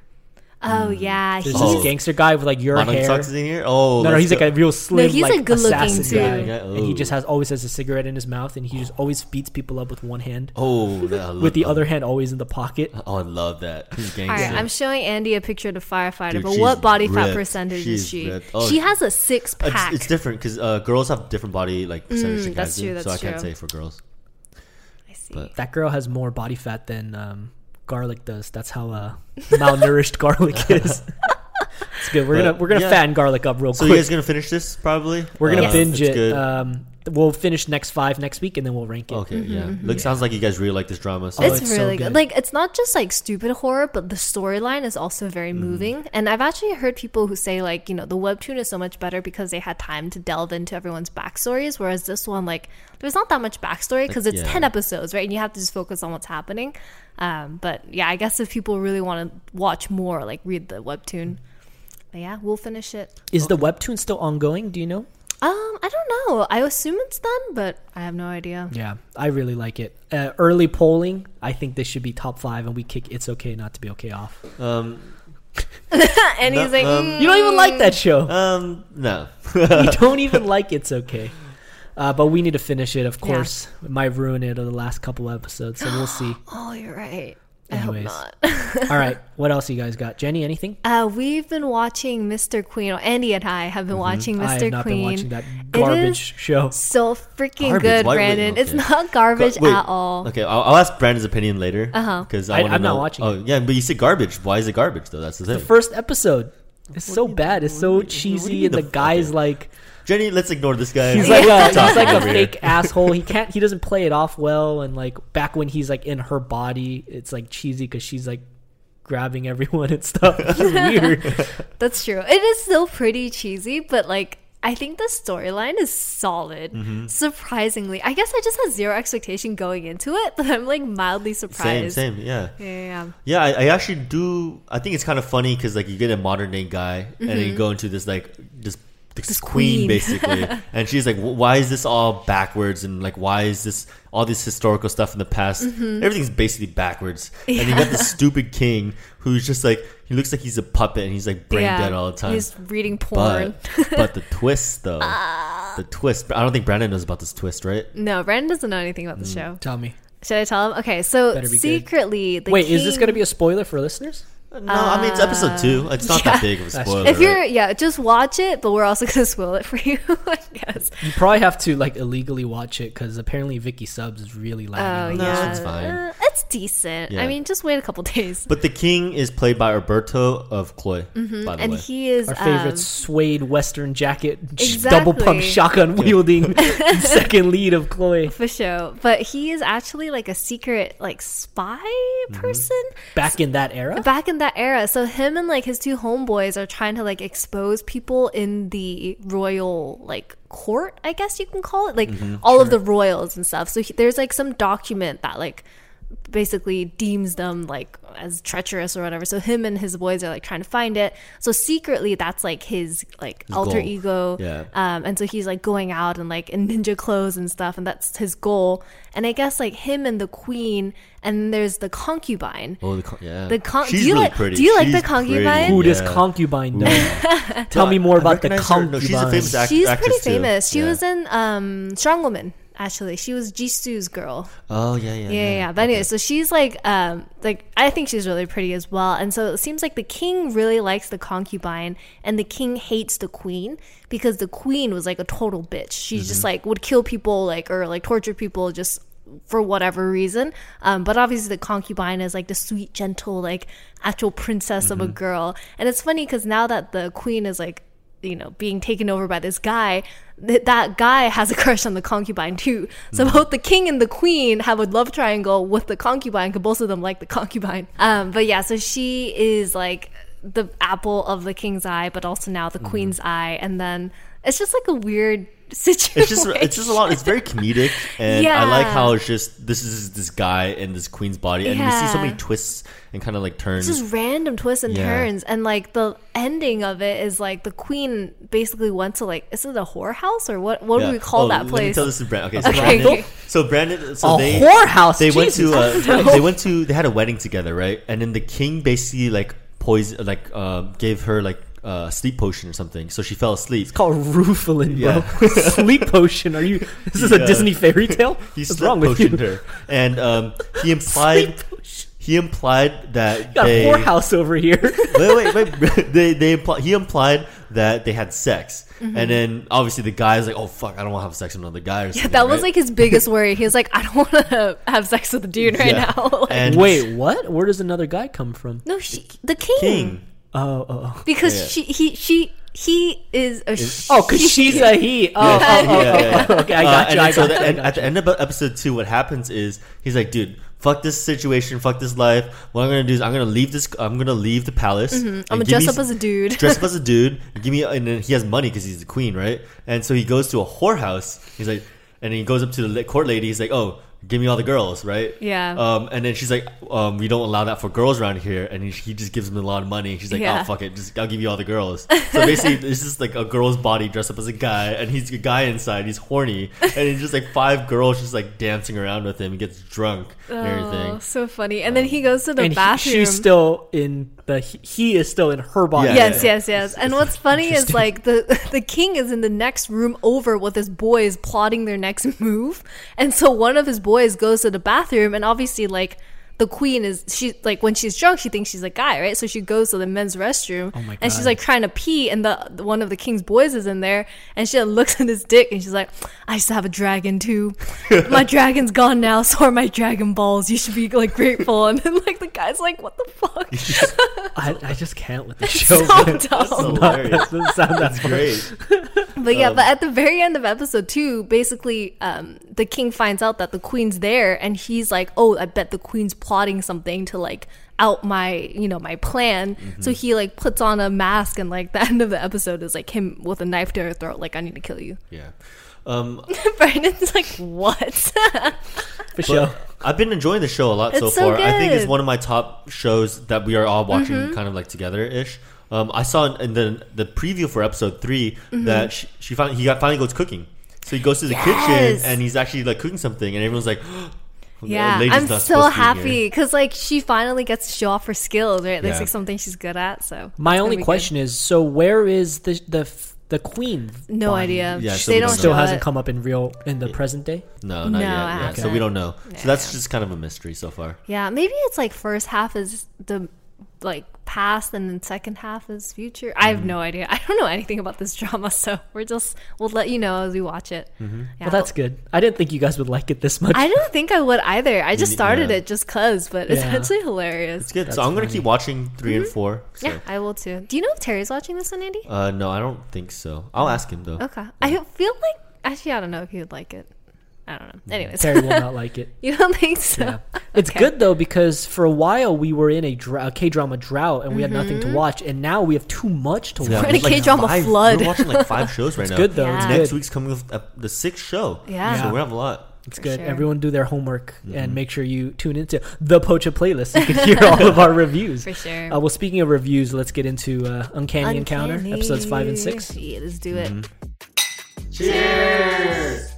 [SPEAKER 2] oh yeah, he's
[SPEAKER 4] There's
[SPEAKER 3] Oh.
[SPEAKER 4] this gangster guy with like your
[SPEAKER 3] Modern
[SPEAKER 4] hair.
[SPEAKER 3] Socks is in here. Oh,
[SPEAKER 4] No, no,
[SPEAKER 3] let's
[SPEAKER 4] he's
[SPEAKER 3] go.
[SPEAKER 4] like a real slim,
[SPEAKER 2] he's a
[SPEAKER 4] like
[SPEAKER 2] good-looking
[SPEAKER 4] assassin
[SPEAKER 2] too.
[SPEAKER 4] guy,
[SPEAKER 3] Yeah,
[SPEAKER 4] and he just
[SPEAKER 3] ooh.
[SPEAKER 4] has always has a cigarette in his mouth, and he just always beats people up with one hand,
[SPEAKER 3] Oh, that- I love-
[SPEAKER 4] with the other hand always in the pocket.
[SPEAKER 3] Oh, I love that. He's gangster.
[SPEAKER 2] All right, I'm showing Andy a picture of the firefighter,
[SPEAKER 3] Dude,
[SPEAKER 2] but
[SPEAKER 3] she's
[SPEAKER 2] what body fat
[SPEAKER 3] ripped.
[SPEAKER 2] percentage is
[SPEAKER 3] She's
[SPEAKER 2] she?
[SPEAKER 3] ripped. Oh,
[SPEAKER 2] she
[SPEAKER 3] she-
[SPEAKER 2] has a six
[SPEAKER 3] It's,
[SPEAKER 2] pack.
[SPEAKER 3] it's different because uh, girls have different body like percentage than
[SPEAKER 2] Mm, that's
[SPEAKER 3] guys
[SPEAKER 2] true,
[SPEAKER 3] do, so I
[SPEAKER 2] that's
[SPEAKER 3] can't
[SPEAKER 2] true.
[SPEAKER 3] say for girls.
[SPEAKER 2] I see.
[SPEAKER 3] but-
[SPEAKER 4] That girl has more body fat than um, garlic does. That's how uh, malnourished garlic is. it's good. We're
[SPEAKER 3] But,
[SPEAKER 4] gonna we're gonna
[SPEAKER 3] yeah.
[SPEAKER 4] fatten garlic up real
[SPEAKER 3] So you
[SPEAKER 4] quick.
[SPEAKER 3] guys gonna finish this probably?
[SPEAKER 4] we're gonna
[SPEAKER 3] Uh,
[SPEAKER 4] binge
[SPEAKER 3] it's
[SPEAKER 4] it.
[SPEAKER 3] good.
[SPEAKER 4] Um, we'll finish next five next week, and then we'll rank it.
[SPEAKER 3] okay,
[SPEAKER 2] Mm-hmm.
[SPEAKER 3] yeah. Look, sounds like you guys really like this drama. oh, So
[SPEAKER 2] it's,
[SPEAKER 4] it's so
[SPEAKER 2] really good.
[SPEAKER 4] good.
[SPEAKER 2] Like it's not just like stupid horror, but the storyline is also very
[SPEAKER 3] Mm.
[SPEAKER 2] moving. And I've actually heard people who say like, you know, the webtoon is so much better because they had time to delve into everyone's backstories, whereas this one like there's not that much backstory because it's
[SPEAKER 3] yeah.
[SPEAKER 2] 10 episodes, right? And you have to just focus on what's happening. Um, but yeah, I guess if people really want to watch more, like read the webtoon. But yeah, we'll finish it.
[SPEAKER 4] Is the webtoon still ongoing? Do you know?
[SPEAKER 2] Um, I don't know. I assume it's done, but I have no idea.
[SPEAKER 4] Yeah, I really like it. Uh, early polling, I think this should be top five, and we kick "It's Okay Not to Be Okay" off.
[SPEAKER 3] um,
[SPEAKER 2] and he's
[SPEAKER 3] No,
[SPEAKER 2] like,
[SPEAKER 3] um,
[SPEAKER 2] "Mm."
[SPEAKER 4] You don't even like that show.
[SPEAKER 3] um, no.
[SPEAKER 4] you don't even like "It's Okay." Uh, but we need to finish it, of course. It might ruin it over the last couple episodes, so we'll see.
[SPEAKER 2] oh, you're right.
[SPEAKER 4] Anyways.
[SPEAKER 2] I hope not.
[SPEAKER 4] All right, what else you guys got? Jenny, anything?
[SPEAKER 2] Uh, we've been watching Mr. Queen. Or Andy and I have been watching Mr.
[SPEAKER 4] Mm-hmm. I have not
[SPEAKER 2] Queen.
[SPEAKER 4] been watching that garbage show.
[SPEAKER 2] So freaking
[SPEAKER 3] Garbage?
[SPEAKER 2] good,
[SPEAKER 3] Why would-
[SPEAKER 2] Brandon. It's
[SPEAKER 3] okay.
[SPEAKER 2] not garbage
[SPEAKER 3] Wait,
[SPEAKER 2] at all.
[SPEAKER 3] Okay, I'll, I'll ask Brandon's opinion later. Uh
[SPEAKER 2] Uh-huh.
[SPEAKER 3] Because
[SPEAKER 4] I-
[SPEAKER 3] I, want to
[SPEAKER 4] I'm
[SPEAKER 3] know.
[SPEAKER 4] not watching
[SPEAKER 3] Oh, yeah, but you said garbage. Why is it garbage though? That's the thing.
[SPEAKER 4] First episode. It's so bad. It's so cheesy,
[SPEAKER 3] mean
[SPEAKER 4] and the
[SPEAKER 3] the-
[SPEAKER 4] guy's
[SPEAKER 3] okay.
[SPEAKER 4] like
[SPEAKER 3] Jenny, let's ignore this guy.
[SPEAKER 4] he's like a
[SPEAKER 3] Talk
[SPEAKER 4] he's like a
[SPEAKER 3] over here.
[SPEAKER 4] fake asshole. He can't he doesn't play it off well, and like back when he's like in her body, it's like cheesy because she's like grabbing everyone and stuff. It's weird.
[SPEAKER 2] That's true. It is still pretty cheesy, but like I think the storyline is solid.
[SPEAKER 3] Mm-hmm.
[SPEAKER 2] Surprisingly, I guess I just had zero expectation going into it, but I'm like mildly
[SPEAKER 3] Same,
[SPEAKER 2] surprised.
[SPEAKER 3] same, yeah.
[SPEAKER 2] Yeah, yeah, yeah.
[SPEAKER 3] Yeah, I, I actually do. I think it's kind of funny because like you get a modern day guy and then you go into this like this this,
[SPEAKER 2] Mm-hmm. queen.
[SPEAKER 3] queen, basically, and she's like, "Wh- "Why is this all backwards?" And like, "Why is this all this historical stuff in the past?
[SPEAKER 2] Mm-hmm.
[SPEAKER 3] Everything's basically backwards." And you got this stupid king who's just like he looks like he's a puppet and he's like brain
[SPEAKER 2] Yeah.
[SPEAKER 3] dead all the time.
[SPEAKER 2] He's reading porn.
[SPEAKER 3] but but the twist though,
[SPEAKER 2] Ah.
[SPEAKER 3] the twist. I don't think Brandon knows about this twist, right?
[SPEAKER 2] no, Brandon doesn't know anything about the show.
[SPEAKER 4] Tell me.
[SPEAKER 2] Should I tell him? Okay, so
[SPEAKER 4] Mm. Better be good.
[SPEAKER 2] secretly, the
[SPEAKER 4] Wait, is this
[SPEAKER 2] king-
[SPEAKER 4] gonna be a spoiler for listeners?
[SPEAKER 3] No, I mean it's episode two. It's not
[SPEAKER 2] yeah.
[SPEAKER 3] that big of a
[SPEAKER 4] That's true.
[SPEAKER 3] spoiler.
[SPEAKER 2] If
[SPEAKER 3] right?
[SPEAKER 2] you're, yeah, just watch it, but we're also gonna spoil it for you, I guess.
[SPEAKER 4] You probably have to like illegally watch it because apparently Vicky Subs is really
[SPEAKER 2] Oh
[SPEAKER 4] lagging. on
[SPEAKER 2] yeah,
[SPEAKER 3] it's fine.
[SPEAKER 2] Uh, it's decent. I
[SPEAKER 3] Yeah.
[SPEAKER 2] mean, just wait a couple days.
[SPEAKER 3] But the king is played by Roberto of Cloy, by the
[SPEAKER 2] Mm-hmm. and
[SPEAKER 3] way.
[SPEAKER 2] he is
[SPEAKER 4] Our favorite
[SPEAKER 2] um,
[SPEAKER 4] suede western jacket, sh-
[SPEAKER 2] Exactly.
[SPEAKER 4] double pump shotgun wielding second lead of Chloe.
[SPEAKER 2] for sure, but he is actually like a secret like spy
[SPEAKER 4] Mm-hmm.
[SPEAKER 2] person
[SPEAKER 4] Back in that era,
[SPEAKER 2] back in that era. So him and like his two homeboys are trying to like expose people in the royal like court,
[SPEAKER 3] Mm-hmm.
[SPEAKER 2] I guess you can call it, like all of the royals and stuff. So he, there's like some document that like basically deems them like as treacherous or whatever. So him and his boys are like trying to find it. So secretly, that's like his like
[SPEAKER 3] His
[SPEAKER 2] alter
[SPEAKER 3] goal.
[SPEAKER 2] ego.
[SPEAKER 3] Yeah.
[SPEAKER 2] Um, and so he's like going out and like in ninja clothes and stuff, and that's his goal. And I guess like him and the queen, and there's the concubine.
[SPEAKER 3] Oh, the con- yeah.
[SPEAKER 2] The con-
[SPEAKER 3] she's
[SPEAKER 2] do you
[SPEAKER 3] really
[SPEAKER 2] like-
[SPEAKER 3] pretty.
[SPEAKER 2] do you like
[SPEAKER 3] She's
[SPEAKER 2] the concubine?
[SPEAKER 4] Who does
[SPEAKER 3] Yeah.
[SPEAKER 4] concubine know?
[SPEAKER 3] No,
[SPEAKER 4] Tell me
[SPEAKER 3] I-
[SPEAKER 4] more
[SPEAKER 3] I
[SPEAKER 4] about the
[SPEAKER 3] recognize her.
[SPEAKER 4] concubine.
[SPEAKER 3] No, she's a famous act-
[SPEAKER 2] She's
[SPEAKER 3] actress
[SPEAKER 2] pretty
[SPEAKER 3] too.
[SPEAKER 2] famous. She
[SPEAKER 3] Yeah.
[SPEAKER 2] was in um, Strong Woman. Actually, she was Jisoo's girl.
[SPEAKER 3] Oh yeah, yeah,
[SPEAKER 2] Yeah, yeah, yeah. But anyway, so she's like, um, like I think she's really pretty as well. And so it seems like the king really likes the concubine, and the king hates the queen because the queen was like a total bitch. She just
[SPEAKER 3] Mm-hmm.
[SPEAKER 2] like would kill people, like or like torture people, just for whatever reason. Um, but obviously the concubine is like the sweet, gentle, like actual princess
[SPEAKER 3] Mm-hmm.
[SPEAKER 2] of a girl. And it's funny because now that the queen is like you know being taken over by this guy that that guy has a crush on the concubine too
[SPEAKER 3] Mm.
[SPEAKER 2] so both the king and the queen have a love triangle with the concubine because both of them like the concubine um but yeah so she is like the apple of the king's eye but also now
[SPEAKER 3] Mm-hmm.
[SPEAKER 2] the queen's eye and then it's just like a weird situation
[SPEAKER 3] It's just it's just a lot. It's very comedic, and I like
[SPEAKER 2] Yeah.
[SPEAKER 3] how it's just this is this guy in this queen's body, and we see so
[SPEAKER 2] Yeah.
[SPEAKER 3] many twists and kind of like turns.
[SPEAKER 2] It's just random twists and
[SPEAKER 3] Yeah.
[SPEAKER 2] turns and like the ending of it is like the queen basically went to like is it a whorehouse or what what
[SPEAKER 3] Yeah.
[SPEAKER 2] do we call
[SPEAKER 3] Oh,
[SPEAKER 2] that
[SPEAKER 3] Let me
[SPEAKER 2] place
[SPEAKER 3] tell this to Brandon. Okay, so
[SPEAKER 2] Okay,
[SPEAKER 3] Brandon.
[SPEAKER 2] okay.
[SPEAKER 3] So Brandon. So
[SPEAKER 4] a
[SPEAKER 3] they
[SPEAKER 4] whorehouse.
[SPEAKER 3] they went
[SPEAKER 4] Jesus.
[SPEAKER 3] to uh, they went to they had a wedding together, right? And then the king basically like poison like uh, gave her like uh, a sleep potion or something, so she fell asleep.
[SPEAKER 4] It's called Rufalin, bro.
[SPEAKER 3] Yeah.
[SPEAKER 4] Sleep potion. Are you? This is
[SPEAKER 3] Yeah.
[SPEAKER 4] a Disney fairy tale.
[SPEAKER 3] He
[SPEAKER 4] What's
[SPEAKER 3] slept
[SPEAKER 4] wrong with you?
[SPEAKER 3] potioned her, and um, he implied
[SPEAKER 4] Sleep potion.
[SPEAKER 3] he implied that
[SPEAKER 4] Got
[SPEAKER 3] they
[SPEAKER 4] a whorehouse over here.
[SPEAKER 3] wait, wait, wait. they they impl- he implied that they had sex,
[SPEAKER 4] Mm-hmm.
[SPEAKER 3] and then obviously the guy's like, "Oh fuck, I don't want to have sex with another guy." Or
[SPEAKER 2] Yeah, that was like his biggest worry. He was like, I don't want to have sex with a dude right now. Like,
[SPEAKER 3] And
[SPEAKER 4] Wait, what? Where does another guy come from?
[SPEAKER 2] no, she, the king,
[SPEAKER 3] king.
[SPEAKER 4] Oh, oh, oh.
[SPEAKER 2] because
[SPEAKER 3] Yeah.
[SPEAKER 2] she, he, she, he is a. she-
[SPEAKER 4] Oh, because she's a he. Oh, oh,
[SPEAKER 3] Yeah,
[SPEAKER 4] oh,
[SPEAKER 3] yeah, yeah, yeah.
[SPEAKER 4] okay, I
[SPEAKER 3] Uh,
[SPEAKER 4] got
[SPEAKER 3] and
[SPEAKER 4] you.
[SPEAKER 3] then
[SPEAKER 4] I got
[SPEAKER 3] so the-
[SPEAKER 4] you, I
[SPEAKER 3] and
[SPEAKER 4] got
[SPEAKER 3] at the end of episode two, what happens is he's like, "Dude, fuck this situation, fuck this life. What I'm gonna do is I'm gonna leave this. I'm gonna leave the palace. and
[SPEAKER 2] I'm gonna Mm-hmm. dress
[SPEAKER 3] give me
[SPEAKER 2] up
[SPEAKER 3] s-
[SPEAKER 2] as a dude.
[SPEAKER 3] dress up as a dude. Give me, and then he has money because he's the queen, right? And so he goes to a whorehouse. He's like, and he goes up to the la- court lady. He's like, oh. Give me all the girls, right?
[SPEAKER 2] Yeah.
[SPEAKER 3] Um, and then she's like, um, "We don't allow that for girls around here." And he, he just gives him a lot of money. She's like,
[SPEAKER 2] Yeah.
[SPEAKER 3] "Oh fuck it, just I'll give you all the girls." So basically, this is like a girl's body dressed up as a guy, and he's a guy inside. He's horny, and he's just like five girls just like dancing around with him. He gets drunk and
[SPEAKER 2] Oh,
[SPEAKER 3] everything.
[SPEAKER 2] so funny. And then he goes to the
[SPEAKER 4] and he,
[SPEAKER 2] bathroom.
[SPEAKER 4] she's still in the. He, he is still in her body.
[SPEAKER 3] Yeah.
[SPEAKER 2] yes, yes, yes. And what's funny is like the the king is in the next room over with his boys plotting their next move, and so one of his boys goes to the bathroom, and obviously like. The queen is she like when she's drunk she thinks she's a guy right so she goes to the men's restroom
[SPEAKER 3] Oh
[SPEAKER 4] my
[SPEAKER 2] and she's
[SPEAKER 4] God.
[SPEAKER 2] like trying to pee and the the- one of the king's boys is in there and she looks at his dick and she's like I used to have a dragon too my dragon's gone now so are my dragon balls you should be like grateful and then like the guy's like what the fuck
[SPEAKER 4] I, I just can't with this
[SPEAKER 2] so
[SPEAKER 4] show.
[SPEAKER 2] dumb
[SPEAKER 3] That's hilarious.
[SPEAKER 4] doesn't sound that
[SPEAKER 3] That's
[SPEAKER 4] funny.
[SPEAKER 3] great.
[SPEAKER 2] But
[SPEAKER 3] Um,
[SPEAKER 2] yeah, but at the very end of episode two, basically, um, the king finds out that the queen's there, and he's like, "Oh, I bet the queen's plotting something to like out my, you know, my plan." So
[SPEAKER 3] Mm-hmm.
[SPEAKER 2] he like puts on a mask, and like the end of the episode is like him with a knife to her throat, like, "I need to kill you."
[SPEAKER 3] Yeah. Um,
[SPEAKER 2] Brandon's like, "What?"
[SPEAKER 4] For sure.
[SPEAKER 3] I've been enjoying the show a lot so
[SPEAKER 2] It's so
[SPEAKER 3] far. I think it's
[SPEAKER 2] good. Mm-hmm.
[SPEAKER 3] one of my top shows that we are all watching kind of like together ish. Um, I saw in- in the the preview for episode 3
[SPEAKER 2] Mm-hmm.
[SPEAKER 3] that she, she finally he got, finally goes cooking. So he goes to the
[SPEAKER 2] Yes.
[SPEAKER 3] kitchen and he's actually like cooking something, and everyone's like, the
[SPEAKER 2] yeah,
[SPEAKER 3] lady's
[SPEAKER 2] I'm
[SPEAKER 3] not
[SPEAKER 2] so
[SPEAKER 3] supposed to be here.
[SPEAKER 2] happy because like she finally gets to show off her skills, right? That's
[SPEAKER 3] Yeah.
[SPEAKER 2] like something she's good at. So
[SPEAKER 4] My
[SPEAKER 2] it's gonna
[SPEAKER 4] only
[SPEAKER 2] be good.
[SPEAKER 4] question is: so where is the the f- the queen?
[SPEAKER 2] no
[SPEAKER 4] body?
[SPEAKER 2] idea.
[SPEAKER 3] Yeah, so
[SPEAKER 2] they
[SPEAKER 3] we
[SPEAKER 2] don't
[SPEAKER 3] don't know.
[SPEAKER 4] Still
[SPEAKER 2] show it.
[SPEAKER 4] hasn't come up in real in the present day.
[SPEAKER 3] No, not
[SPEAKER 2] No,
[SPEAKER 3] yet.
[SPEAKER 2] I
[SPEAKER 3] Yeah. So
[SPEAKER 2] haven't.
[SPEAKER 3] we don't know. So that's
[SPEAKER 2] Yeah.
[SPEAKER 3] just kind of a mystery so far.
[SPEAKER 2] Yeah, maybe it's like first half is the like past and then second half is future. I
[SPEAKER 4] Mm-hmm.
[SPEAKER 2] have no idea. I don't know anything about this drama, so we're just we'll let you know as we watch it. Yeah.
[SPEAKER 4] Mm-hmm. Well, that's good. I didn't think you guys would like it this much.
[SPEAKER 2] I don't think I would either. I just started
[SPEAKER 3] yeah.
[SPEAKER 2] it just cuz, but it's
[SPEAKER 4] Yeah.
[SPEAKER 2] actually hilarious.
[SPEAKER 3] It's good. so I'm gonna keep watching 3 and four. So.
[SPEAKER 2] Mm-hmm. Yeah, I will too. Do you know if Terry's watching this one, Andy?
[SPEAKER 3] Uh, no, I don't think so. I'll ask him though.
[SPEAKER 2] Okay. I feel like actually I don't know if he would like it. I don't know. Anyways.
[SPEAKER 4] Terry will not like it.
[SPEAKER 2] you don't think so?
[SPEAKER 4] Yeah. It's
[SPEAKER 2] Okay.
[SPEAKER 4] good though because for a while we were in a, dra- a K drama drought and we had nothing
[SPEAKER 2] Mm-hmm.
[SPEAKER 4] to watch, and now we have too much to
[SPEAKER 3] Yeah,
[SPEAKER 4] watch.
[SPEAKER 2] in a
[SPEAKER 3] there's, like,
[SPEAKER 2] K-drama
[SPEAKER 3] five-
[SPEAKER 2] flood.
[SPEAKER 3] We're watching like five shows right now.
[SPEAKER 4] It's good though.
[SPEAKER 2] Yeah.
[SPEAKER 4] It's
[SPEAKER 3] Next
[SPEAKER 4] good.
[SPEAKER 3] week's coming with uh, the sixth show.
[SPEAKER 2] Yeah.
[SPEAKER 3] So we have a lot.
[SPEAKER 4] It's
[SPEAKER 2] For
[SPEAKER 4] good.
[SPEAKER 2] sure.
[SPEAKER 4] Everyone do their homework
[SPEAKER 3] Mm-hmm.
[SPEAKER 4] and make sure you tune into the Pocha playlist. You can hear all of our reviews.
[SPEAKER 2] For sure.
[SPEAKER 4] Uh, well, speaking of reviews, let's get into uh, Uncanny, Encounter, episodes five and six. Mm-hmm.
[SPEAKER 2] Yeah, let's do it.
[SPEAKER 3] Cheers.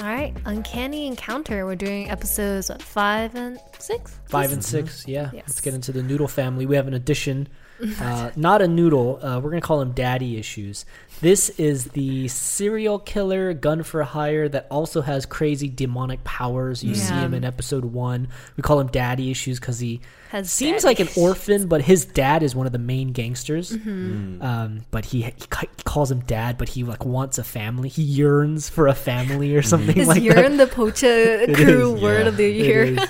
[SPEAKER 2] All right, Uncanny Encounter. We're doing episodes what, five and six.
[SPEAKER 4] Five and six, yeah. Let's
[SPEAKER 2] Yes.
[SPEAKER 4] get into the noodle family. We have an addition, uh, not a noodle. Uh, we're gonna call him Daddy Issues. This is the serial killer, gun for hire that also has crazy demonic powers. You see
[SPEAKER 2] Yeah.
[SPEAKER 4] him in episode one. We call him Daddy Issues because he
[SPEAKER 2] Has
[SPEAKER 4] seems
[SPEAKER 2] daddy
[SPEAKER 4] like an orphan, but his dad is one of the main gangsters.
[SPEAKER 2] Mm-hmm.
[SPEAKER 4] Um, but he, he ca- calls him dad, but he like wants a family. He yearns for a family or something
[SPEAKER 2] Is
[SPEAKER 4] like that.
[SPEAKER 2] urine the pocha crew word
[SPEAKER 3] yeah.
[SPEAKER 2] of the
[SPEAKER 4] It
[SPEAKER 2] year?
[SPEAKER 4] is.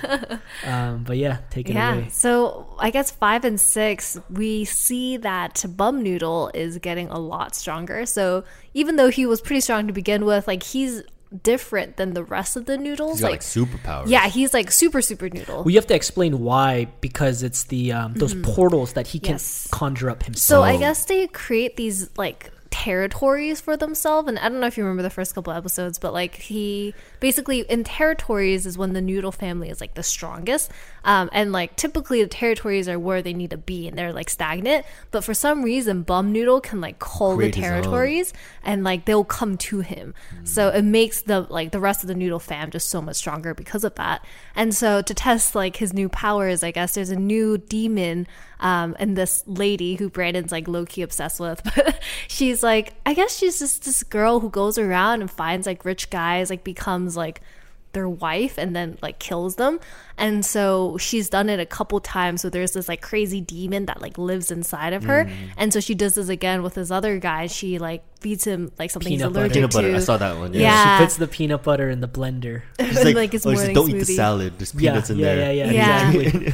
[SPEAKER 4] um, but yeah, take it
[SPEAKER 2] Yeah.
[SPEAKER 4] away.
[SPEAKER 2] So I guess five and six, we see that Bum Noodle is getting a lot stronger. So even though he was pretty strong to begin with, like he's different than the rest of the noodles.
[SPEAKER 3] He's got like superpowers.
[SPEAKER 2] yeah, he's like super super noodle.
[SPEAKER 4] Well, you have to explain why because it's the um, those portals that he
[SPEAKER 2] Mm-hmm.
[SPEAKER 4] can
[SPEAKER 2] Yes.
[SPEAKER 4] conjure up
[SPEAKER 2] So
[SPEAKER 4] himself.
[SPEAKER 2] I guess they create these like territories for themselves and I don't know if you remember the first couple episodes but like he basically in territories is when the noodle family is like the strongest um, and like typically the territories are where they need to be and they're like stagnant but for some reason bum noodle can like call
[SPEAKER 3] Create
[SPEAKER 2] the
[SPEAKER 3] his own. Mm.
[SPEAKER 2] territories and like they'll come to him so it makes the like the rest of the noodle fam just so much stronger because of that and so to test like his new powers i guess there's a new demon um, and this lady who brandon's like low-key obsessed with but she's like i guess she's just this girl who goes around and finds like rich guys like becomes like their wife and then like kills them and so she's done it a couple times so there's this like crazy demon that like lives inside of
[SPEAKER 3] Mm.
[SPEAKER 2] her and so she does this again with this other guy she like feeds him like something he's
[SPEAKER 4] Peanut butter.
[SPEAKER 2] allergic
[SPEAKER 3] Peanut butter.
[SPEAKER 2] to
[SPEAKER 3] I saw that one. Yeah.
[SPEAKER 2] Yeah.
[SPEAKER 4] she puts the peanut butter in the blender.
[SPEAKER 3] She's like,
[SPEAKER 2] Like his
[SPEAKER 3] oh, she
[SPEAKER 2] morning
[SPEAKER 3] said, don't eat the
[SPEAKER 2] smoothie."
[SPEAKER 3] salad. There's
[SPEAKER 4] Yeah,
[SPEAKER 3] peanuts in
[SPEAKER 4] yeah,
[SPEAKER 3] there.
[SPEAKER 4] yeah, yeah,
[SPEAKER 2] Yeah.
[SPEAKER 4] Exactly.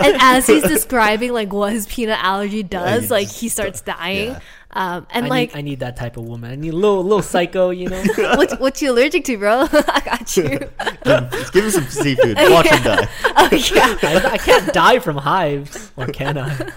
[SPEAKER 2] and as he's describing like what his peanut allergy does
[SPEAKER 3] he
[SPEAKER 2] like
[SPEAKER 3] just-
[SPEAKER 2] he starts dying
[SPEAKER 3] yeah.
[SPEAKER 2] um and
[SPEAKER 4] I,
[SPEAKER 2] like
[SPEAKER 4] need, I need that type of woman. I need a little little psycho, you know.
[SPEAKER 2] what what you allergic to bro i got you
[SPEAKER 3] Give, give him some seafood. Watch him die.
[SPEAKER 2] oh yeah
[SPEAKER 4] I, I can't die from hives, or can I?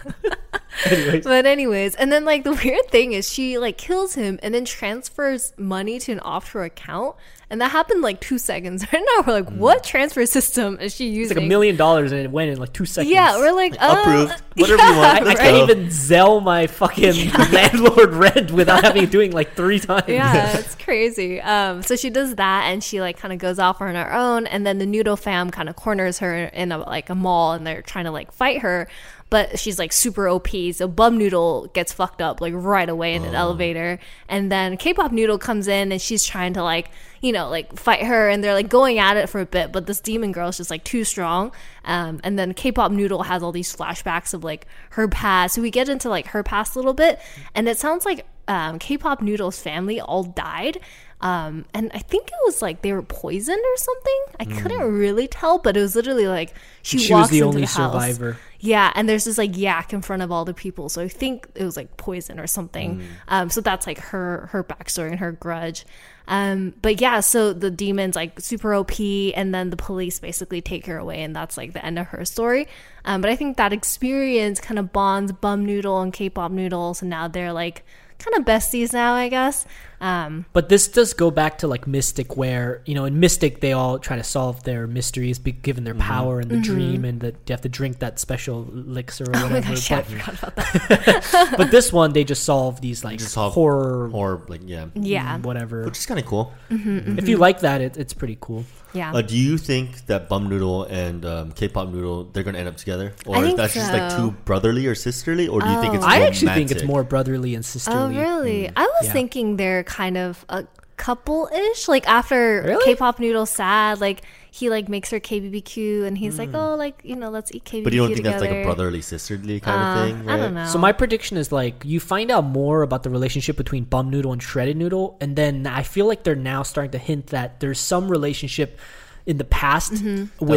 [SPEAKER 4] Anyways,
[SPEAKER 2] But anyways, and then like the weird thing is she like kills him and then transfers money to an offshore account, and that happened like two seconds. Right now we're like,
[SPEAKER 3] Mm.
[SPEAKER 2] what transfer system is she using?
[SPEAKER 4] it's like a million dollars and it went in like two seconds.
[SPEAKER 2] Yeah, we're like, uh,
[SPEAKER 3] Approved. Whatever you want.
[SPEAKER 4] I, I
[SPEAKER 3] Let's
[SPEAKER 4] can't
[SPEAKER 3] go.
[SPEAKER 4] even sell my fucking landlord rent without having it doing like three times.
[SPEAKER 2] yeah, it's crazy. Um, so she does that, and she like kind of goes off on her own, and then the Noodle fam kind of corners her in a, like a mall, and they're trying to like fight her, but she's like super OP. So Bum Noodle gets fucked up like right away in an elevator, and then K-pop Noodle comes in, and she's trying to like you know like fight her, and they're like going at it for a bit, but this demon girl is just like too strong. Um, and then K-pop Noodle has all these flashbacks of like her past. So we get into like her past a little bit, and it sounds like um, K-pop Noodle's family all died. Um, and I think it was like they were poisoned or something. I couldn't really tell, but it was literally like she,
[SPEAKER 4] Hmm. She was
[SPEAKER 2] walks
[SPEAKER 4] the
[SPEAKER 2] into
[SPEAKER 4] only
[SPEAKER 2] the house.
[SPEAKER 4] survivor.
[SPEAKER 2] Yeah, and there's this like yak in front of all the people. So I think it was like poison or something. Um, so that's like her her backstory and her grudge. Um, but yeah, so the demons like super OP, and then the police basically take her away, and that's like the end of her story. Um, but I think that experience kind of bonds Bum Noodle and K-pop Noodle, so now they're like kind of besties now, I guess. Um,
[SPEAKER 4] But this does go back to like Mystic, where you know in Mystic they all try to solve their mysteries, be, given
[SPEAKER 3] Mm-hmm.
[SPEAKER 4] their power and the dream, and that you have to drink that special elixir or
[SPEAKER 2] Mm-hmm. oh my
[SPEAKER 4] whatever.
[SPEAKER 2] gosh, yeah, I forgot about that.
[SPEAKER 4] but, but this one they just solve these like
[SPEAKER 3] Just solve
[SPEAKER 4] horror,
[SPEAKER 3] Or, like, yeah.
[SPEAKER 2] Yeah,
[SPEAKER 4] whatever.
[SPEAKER 3] Which is kind of cool.
[SPEAKER 4] If you like that, it, it's pretty cool.
[SPEAKER 2] yeah.
[SPEAKER 3] Uh, do you think that Bum Noodle and um, K-pop Noodle they're gonna end up together, or
[SPEAKER 2] I think
[SPEAKER 3] that's just like
[SPEAKER 2] so.
[SPEAKER 3] too brotherly or sisterly, or do you think it's?
[SPEAKER 4] I actually think it's
[SPEAKER 3] romantic?
[SPEAKER 4] more brotherly and
[SPEAKER 2] Oh,
[SPEAKER 4] sisterly.
[SPEAKER 2] really? I was
[SPEAKER 4] Yeah.
[SPEAKER 2] thinking they're kind of a couple-ish. Like after
[SPEAKER 4] Really?
[SPEAKER 2] K-pop Noodle sad, like he like makes her KBBQ, and he's like, oh, like you know, let's eat KBBQ
[SPEAKER 3] Hmm. But you don't think
[SPEAKER 2] together.
[SPEAKER 3] that's like a brotherly sisterly kind
[SPEAKER 2] Uh,
[SPEAKER 3] of thing, right?
[SPEAKER 2] I don't know.
[SPEAKER 4] So my prediction is like you find out more about the relationship between Bum Noodle and Shredded Noodle, and then I feel like they're now starting to hint that there's some relationship in the past with,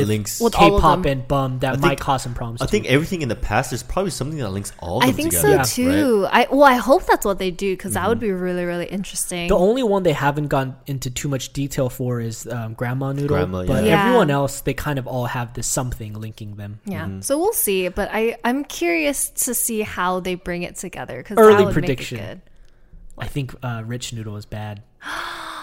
[SPEAKER 3] links-
[SPEAKER 2] Mm-hmm. With all of
[SPEAKER 4] K-pop
[SPEAKER 2] them.
[SPEAKER 4] and Bum that
[SPEAKER 3] think-
[SPEAKER 4] might cause some problems.
[SPEAKER 3] I
[SPEAKER 4] too.
[SPEAKER 3] think everything in the past there's probably something that links all of
[SPEAKER 2] I
[SPEAKER 3] them
[SPEAKER 2] think so
[SPEAKER 3] together. Mm-hmm.
[SPEAKER 2] too. I well, I hope that's what they do because that would be really, really interesting.
[SPEAKER 4] the only one they haven't gone into too much detail for is um, Grandma Noodle,
[SPEAKER 3] Grandma,
[SPEAKER 4] but
[SPEAKER 2] yeah. Yeah.
[SPEAKER 4] everyone else they kind of all have this something linking them.
[SPEAKER 2] yeah,
[SPEAKER 3] Mm-hmm.
[SPEAKER 2] so we'll see. But I, I'm curious to see how they bring it together because
[SPEAKER 4] Early
[SPEAKER 2] that would
[SPEAKER 4] prediction.
[SPEAKER 2] Make it good.
[SPEAKER 4] I think uh, Rich Noodle is bad.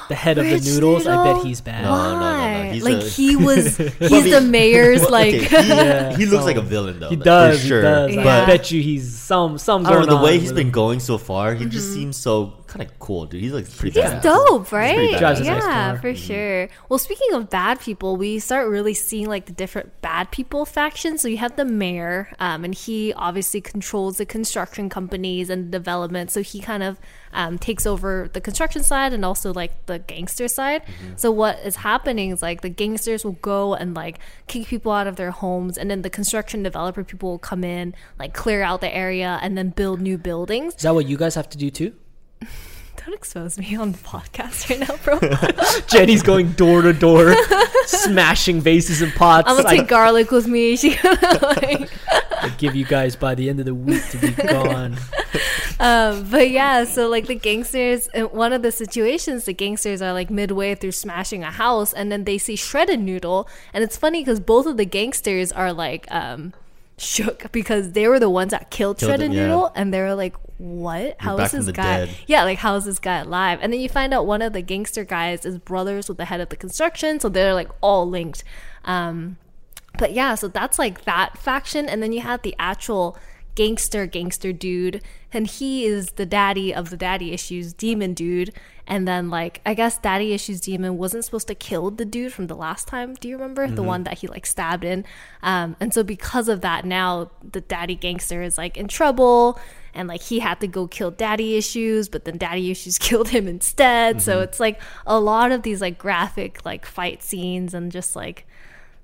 [SPEAKER 4] the head of the
[SPEAKER 2] Rich
[SPEAKER 4] noodles. I bet
[SPEAKER 2] Noodle?
[SPEAKER 4] he's bad.
[SPEAKER 3] No, no, no, no.
[SPEAKER 2] Why?
[SPEAKER 3] He's
[SPEAKER 2] like
[SPEAKER 3] a-
[SPEAKER 2] he was,
[SPEAKER 3] Well, I
[SPEAKER 2] he's
[SPEAKER 3] mean-
[SPEAKER 2] the mayor's
[SPEAKER 3] Well,
[SPEAKER 2] like.
[SPEAKER 3] okay, he,
[SPEAKER 4] Yeah,
[SPEAKER 3] he looks
[SPEAKER 4] so-
[SPEAKER 3] like a villain though.
[SPEAKER 4] He
[SPEAKER 3] like, for
[SPEAKER 4] does.
[SPEAKER 3] sure.
[SPEAKER 4] He does. I
[SPEAKER 2] Yeah.
[SPEAKER 3] But
[SPEAKER 4] bet you he's some some.
[SPEAKER 3] I don't know
[SPEAKER 4] going
[SPEAKER 3] the way
[SPEAKER 4] on
[SPEAKER 3] he's
[SPEAKER 4] with
[SPEAKER 3] been
[SPEAKER 4] him.
[SPEAKER 3] going so far. He just seems so kind of cool, dude. He's like pretty.
[SPEAKER 2] Mm-hmm. He's
[SPEAKER 3] badass.
[SPEAKER 2] dope, right?
[SPEAKER 3] pretty badass. Mm-hmm.
[SPEAKER 4] Drives a nice
[SPEAKER 2] yeah,
[SPEAKER 4] car.
[SPEAKER 2] for sure. Well, speaking of bad people, we start really seeing like the different bad people factions. So you have the mayor, um, and he obviously controls the construction companies and development. So he kind of um, takes over the construction side and also like the gangster side.
[SPEAKER 3] Mm-hmm.
[SPEAKER 2] So what is happening is like the gangsters will go and like kick people out of their homes, and then the construction developer people will come in, like clear out the area, and then build new buildings.
[SPEAKER 4] Is that what you guys have to do too?
[SPEAKER 2] Don't expose me on the podcast right now, bro.
[SPEAKER 4] Jenny's going door to door, smashing vases and pots.
[SPEAKER 2] I'm gonna
[SPEAKER 4] I
[SPEAKER 2] take garlic with me. She like,
[SPEAKER 4] give you guys by the end of the week to be gone.
[SPEAKER 2] um, but yeah, so like the gangsters in one of the situations, the gangsters are like midway through smashing a house, and then they see shredded noodle, and it's funny because both of the gangsters are like um, shook because they were the ones that killed,
[SPEAKER 3] Killed
[SPEAKER 2] shredded
[SPEAKER 3] him, yeah.
[SPEAKER 2] noodle, and they were like, "What? How
[SPEAKER 3] back
[SPEAKER 2] is
[SPEAKER 3] from
[SPEAKER 2] this
[SPEAKER 3] the
[SPEAKER 2] guy?
[SPEAKER 3] dead.
[SPEAKER 2] Yeah, like how is this guy alive?" And then you find out one of the gangster guys is brothers with the head of the construction, so they're like all linked. Um, But yeah, so that's like that faction, and then you had the actual gangster gangster dude, and he is the daddy of the daddy issues demon dude. And then like I guess daddy issues demon wasn't supposed to kill the dude from the last time. Do you remember the one that he like stabbed in? Um, and so because of that, now the daddy gangster is like in trouble, and like he had to go kill daddy issues, but then daddy issues killed him instead. So it's like a lot of these like graphic like fight scenes and just like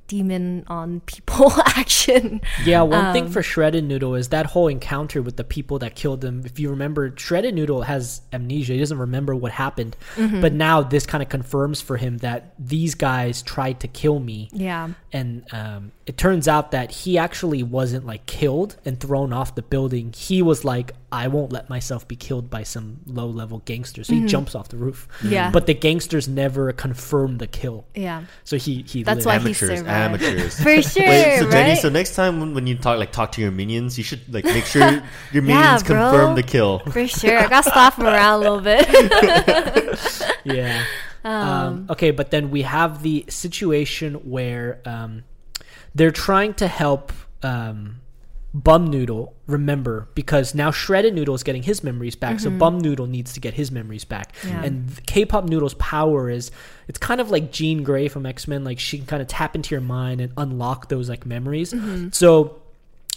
[SPEAKER 2] demon on people action.
[SPEAKER 4] Yeah, one
[SPEAKER 2] Um,
[SPEAKER 4] thing for Shredded Noodle is that whole encounter with the people that killed him. If you remember, Shredded Noodle has amnesia. He doesn't remember what happened.
[SPEAKER 2] Mm-hmm.
[SPEAKER 4] But now this kind of confirms for him that these guys tried to kill me.
[SPEAKER 2] Yeah.
[SPEAKER 4] And um, it turns out that he actually wasn't like killed and thrown off the building. He was like, I won't let myself be killed by some low level gangster. So he jumps off the roof.
[SPEAKER 2] Mm-hmm. Yeah.
[SPEAKER 4] But the gangsters never confirm the kill.
[SPEAKER 2] Yeah.
[SPEAKER 4] So he, he
[SPEAKER 2] That's
[SPEAKER 4] lived.
[SPEAKER 2] why he
[SPEAKER 3] amateurs,
[SPEAKER 2] survived.
[SPEAKER 3] amateurs.
[SPEAKER 2] For sure,
[SPEAKER 3] Wait, so
[SPEAKER 2] right?
[SPEAKER 3] Jenny, so next time when, when you talk, like talk to your minions, you should like make sure your
[SPEAKER 2] Yeah,
[SPEAKER 3] minions
[SPEAKER 2] bro.
[SPEAKER 3] confirm the kill.
[SPEAKER 2] for sure. I got to stop him around a little bit.
[SPEAKER 4] yeah. Um, okay, but then we have the situation where um, they're trying to help um, Bum Noodle remember because now Shredded Noodle is getting his memories back, so Bum Noodle needs to get his memories back.
[SPEAKER 2] Yeah.
[SPEAKER 4] And th- K-pop Noodle's power is it's kind of like Jean Grey from X Men, like she can kind of tap into your mind and unlock those like memories. So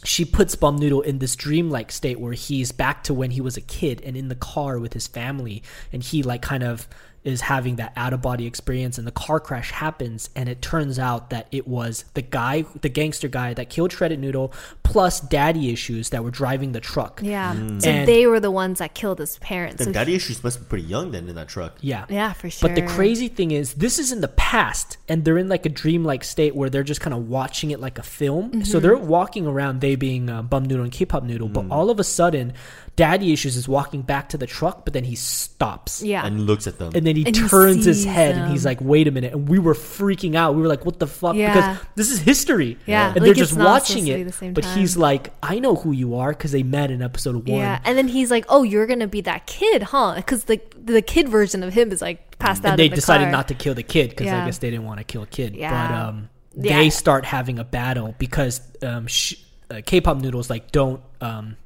[SPEAKER 4] she puts Bum Noodle in this dreamlike state where he's back to when he was a kid and in the car with his family, and he like kind of is having that out of body experience, and the car crash happens, and it turns out that it was the guy, the gangster guy that killed Shredded Noodle, plus daddy issues that were driving the truck.
[SPEAKER 2] Yeah. So
[SPEAKER 4] And-
[SPEAKER 2] they were the ones that killed his parents.
[SPEAKER 3] Then
[SPEAKER 2] So
[SPEAKER 3] daddy issues must be pretty young then in that truck.
[SPEAKER 4] Yeah.
[SPEAKER 2] yeah, for sure.
[SPEAKER 4] But the crazy thing is, this is in the past, and they're in like a dreamlike state where they're just kind of watching it like a film. So
[SPEAKER 2] Mm-hmm.
[SPEAKER 4] they're walking around, they being uh, Bum Noodle and K-pop Noodle. But all of a sudden, Daddy Issues is walking back to the truck, but then he stops.
[SPEAKER 2] Yeah.
[SPEAKER 3] And looks at them.
[SPEAKER 4] And then he
[SPEAKER 2] And he
[SPEAKER 4] turns his
[SPEAKER 2] sees
[SPEAKER 4] head and
[SPEAKER 2] them.
[SPEAKER 4] he's like, wait a minute. And we were freaking out. We were like, what the fuck?
[SPEAKER 2] Yeah.
[SPEAKER 4] Because this is history.
[SPEAKER 2] Yeah,
[SPEAKER 4] And
[SPEAKER 2] like,
[SPEAKER 4] they're
[SPEAKER 2] it's
[SPEAKER 4] just
[SPEAKER 2] not supposed
[SPEAKER 4] watching
[SPEAKER 2] to be
[SPEAKER 4] it.
[SPEAKER 2] the same
[SPEAKER 4] but
[SPEAKER 2] time.
[SPEAKER 4] he's like, I know who you are because they met in episode one.
[SPEAKER 2] yeah. And then he's like, "Oh, you're gonna be that kid, huh?" Because the the kid version of him is like passed out.
[SPEAKER 4] and they
[SPEAKER 2] in the
[SPEAKER 4] decided
[SPEAKER 2] car.
[SPEAKER 4] not to kill the kid because I
[SPEAKER 2] Yeah.
[SPEAKER 4] guess they didn't want to kill a kid. But
[SPEAKER 2] Yeah.
[SPEAKER 4] um,
[SPEAKER 2] Yeah.
[SPEAKER 4] they start having a battle because um, sh- uh, K-pop noodles like don't. Um,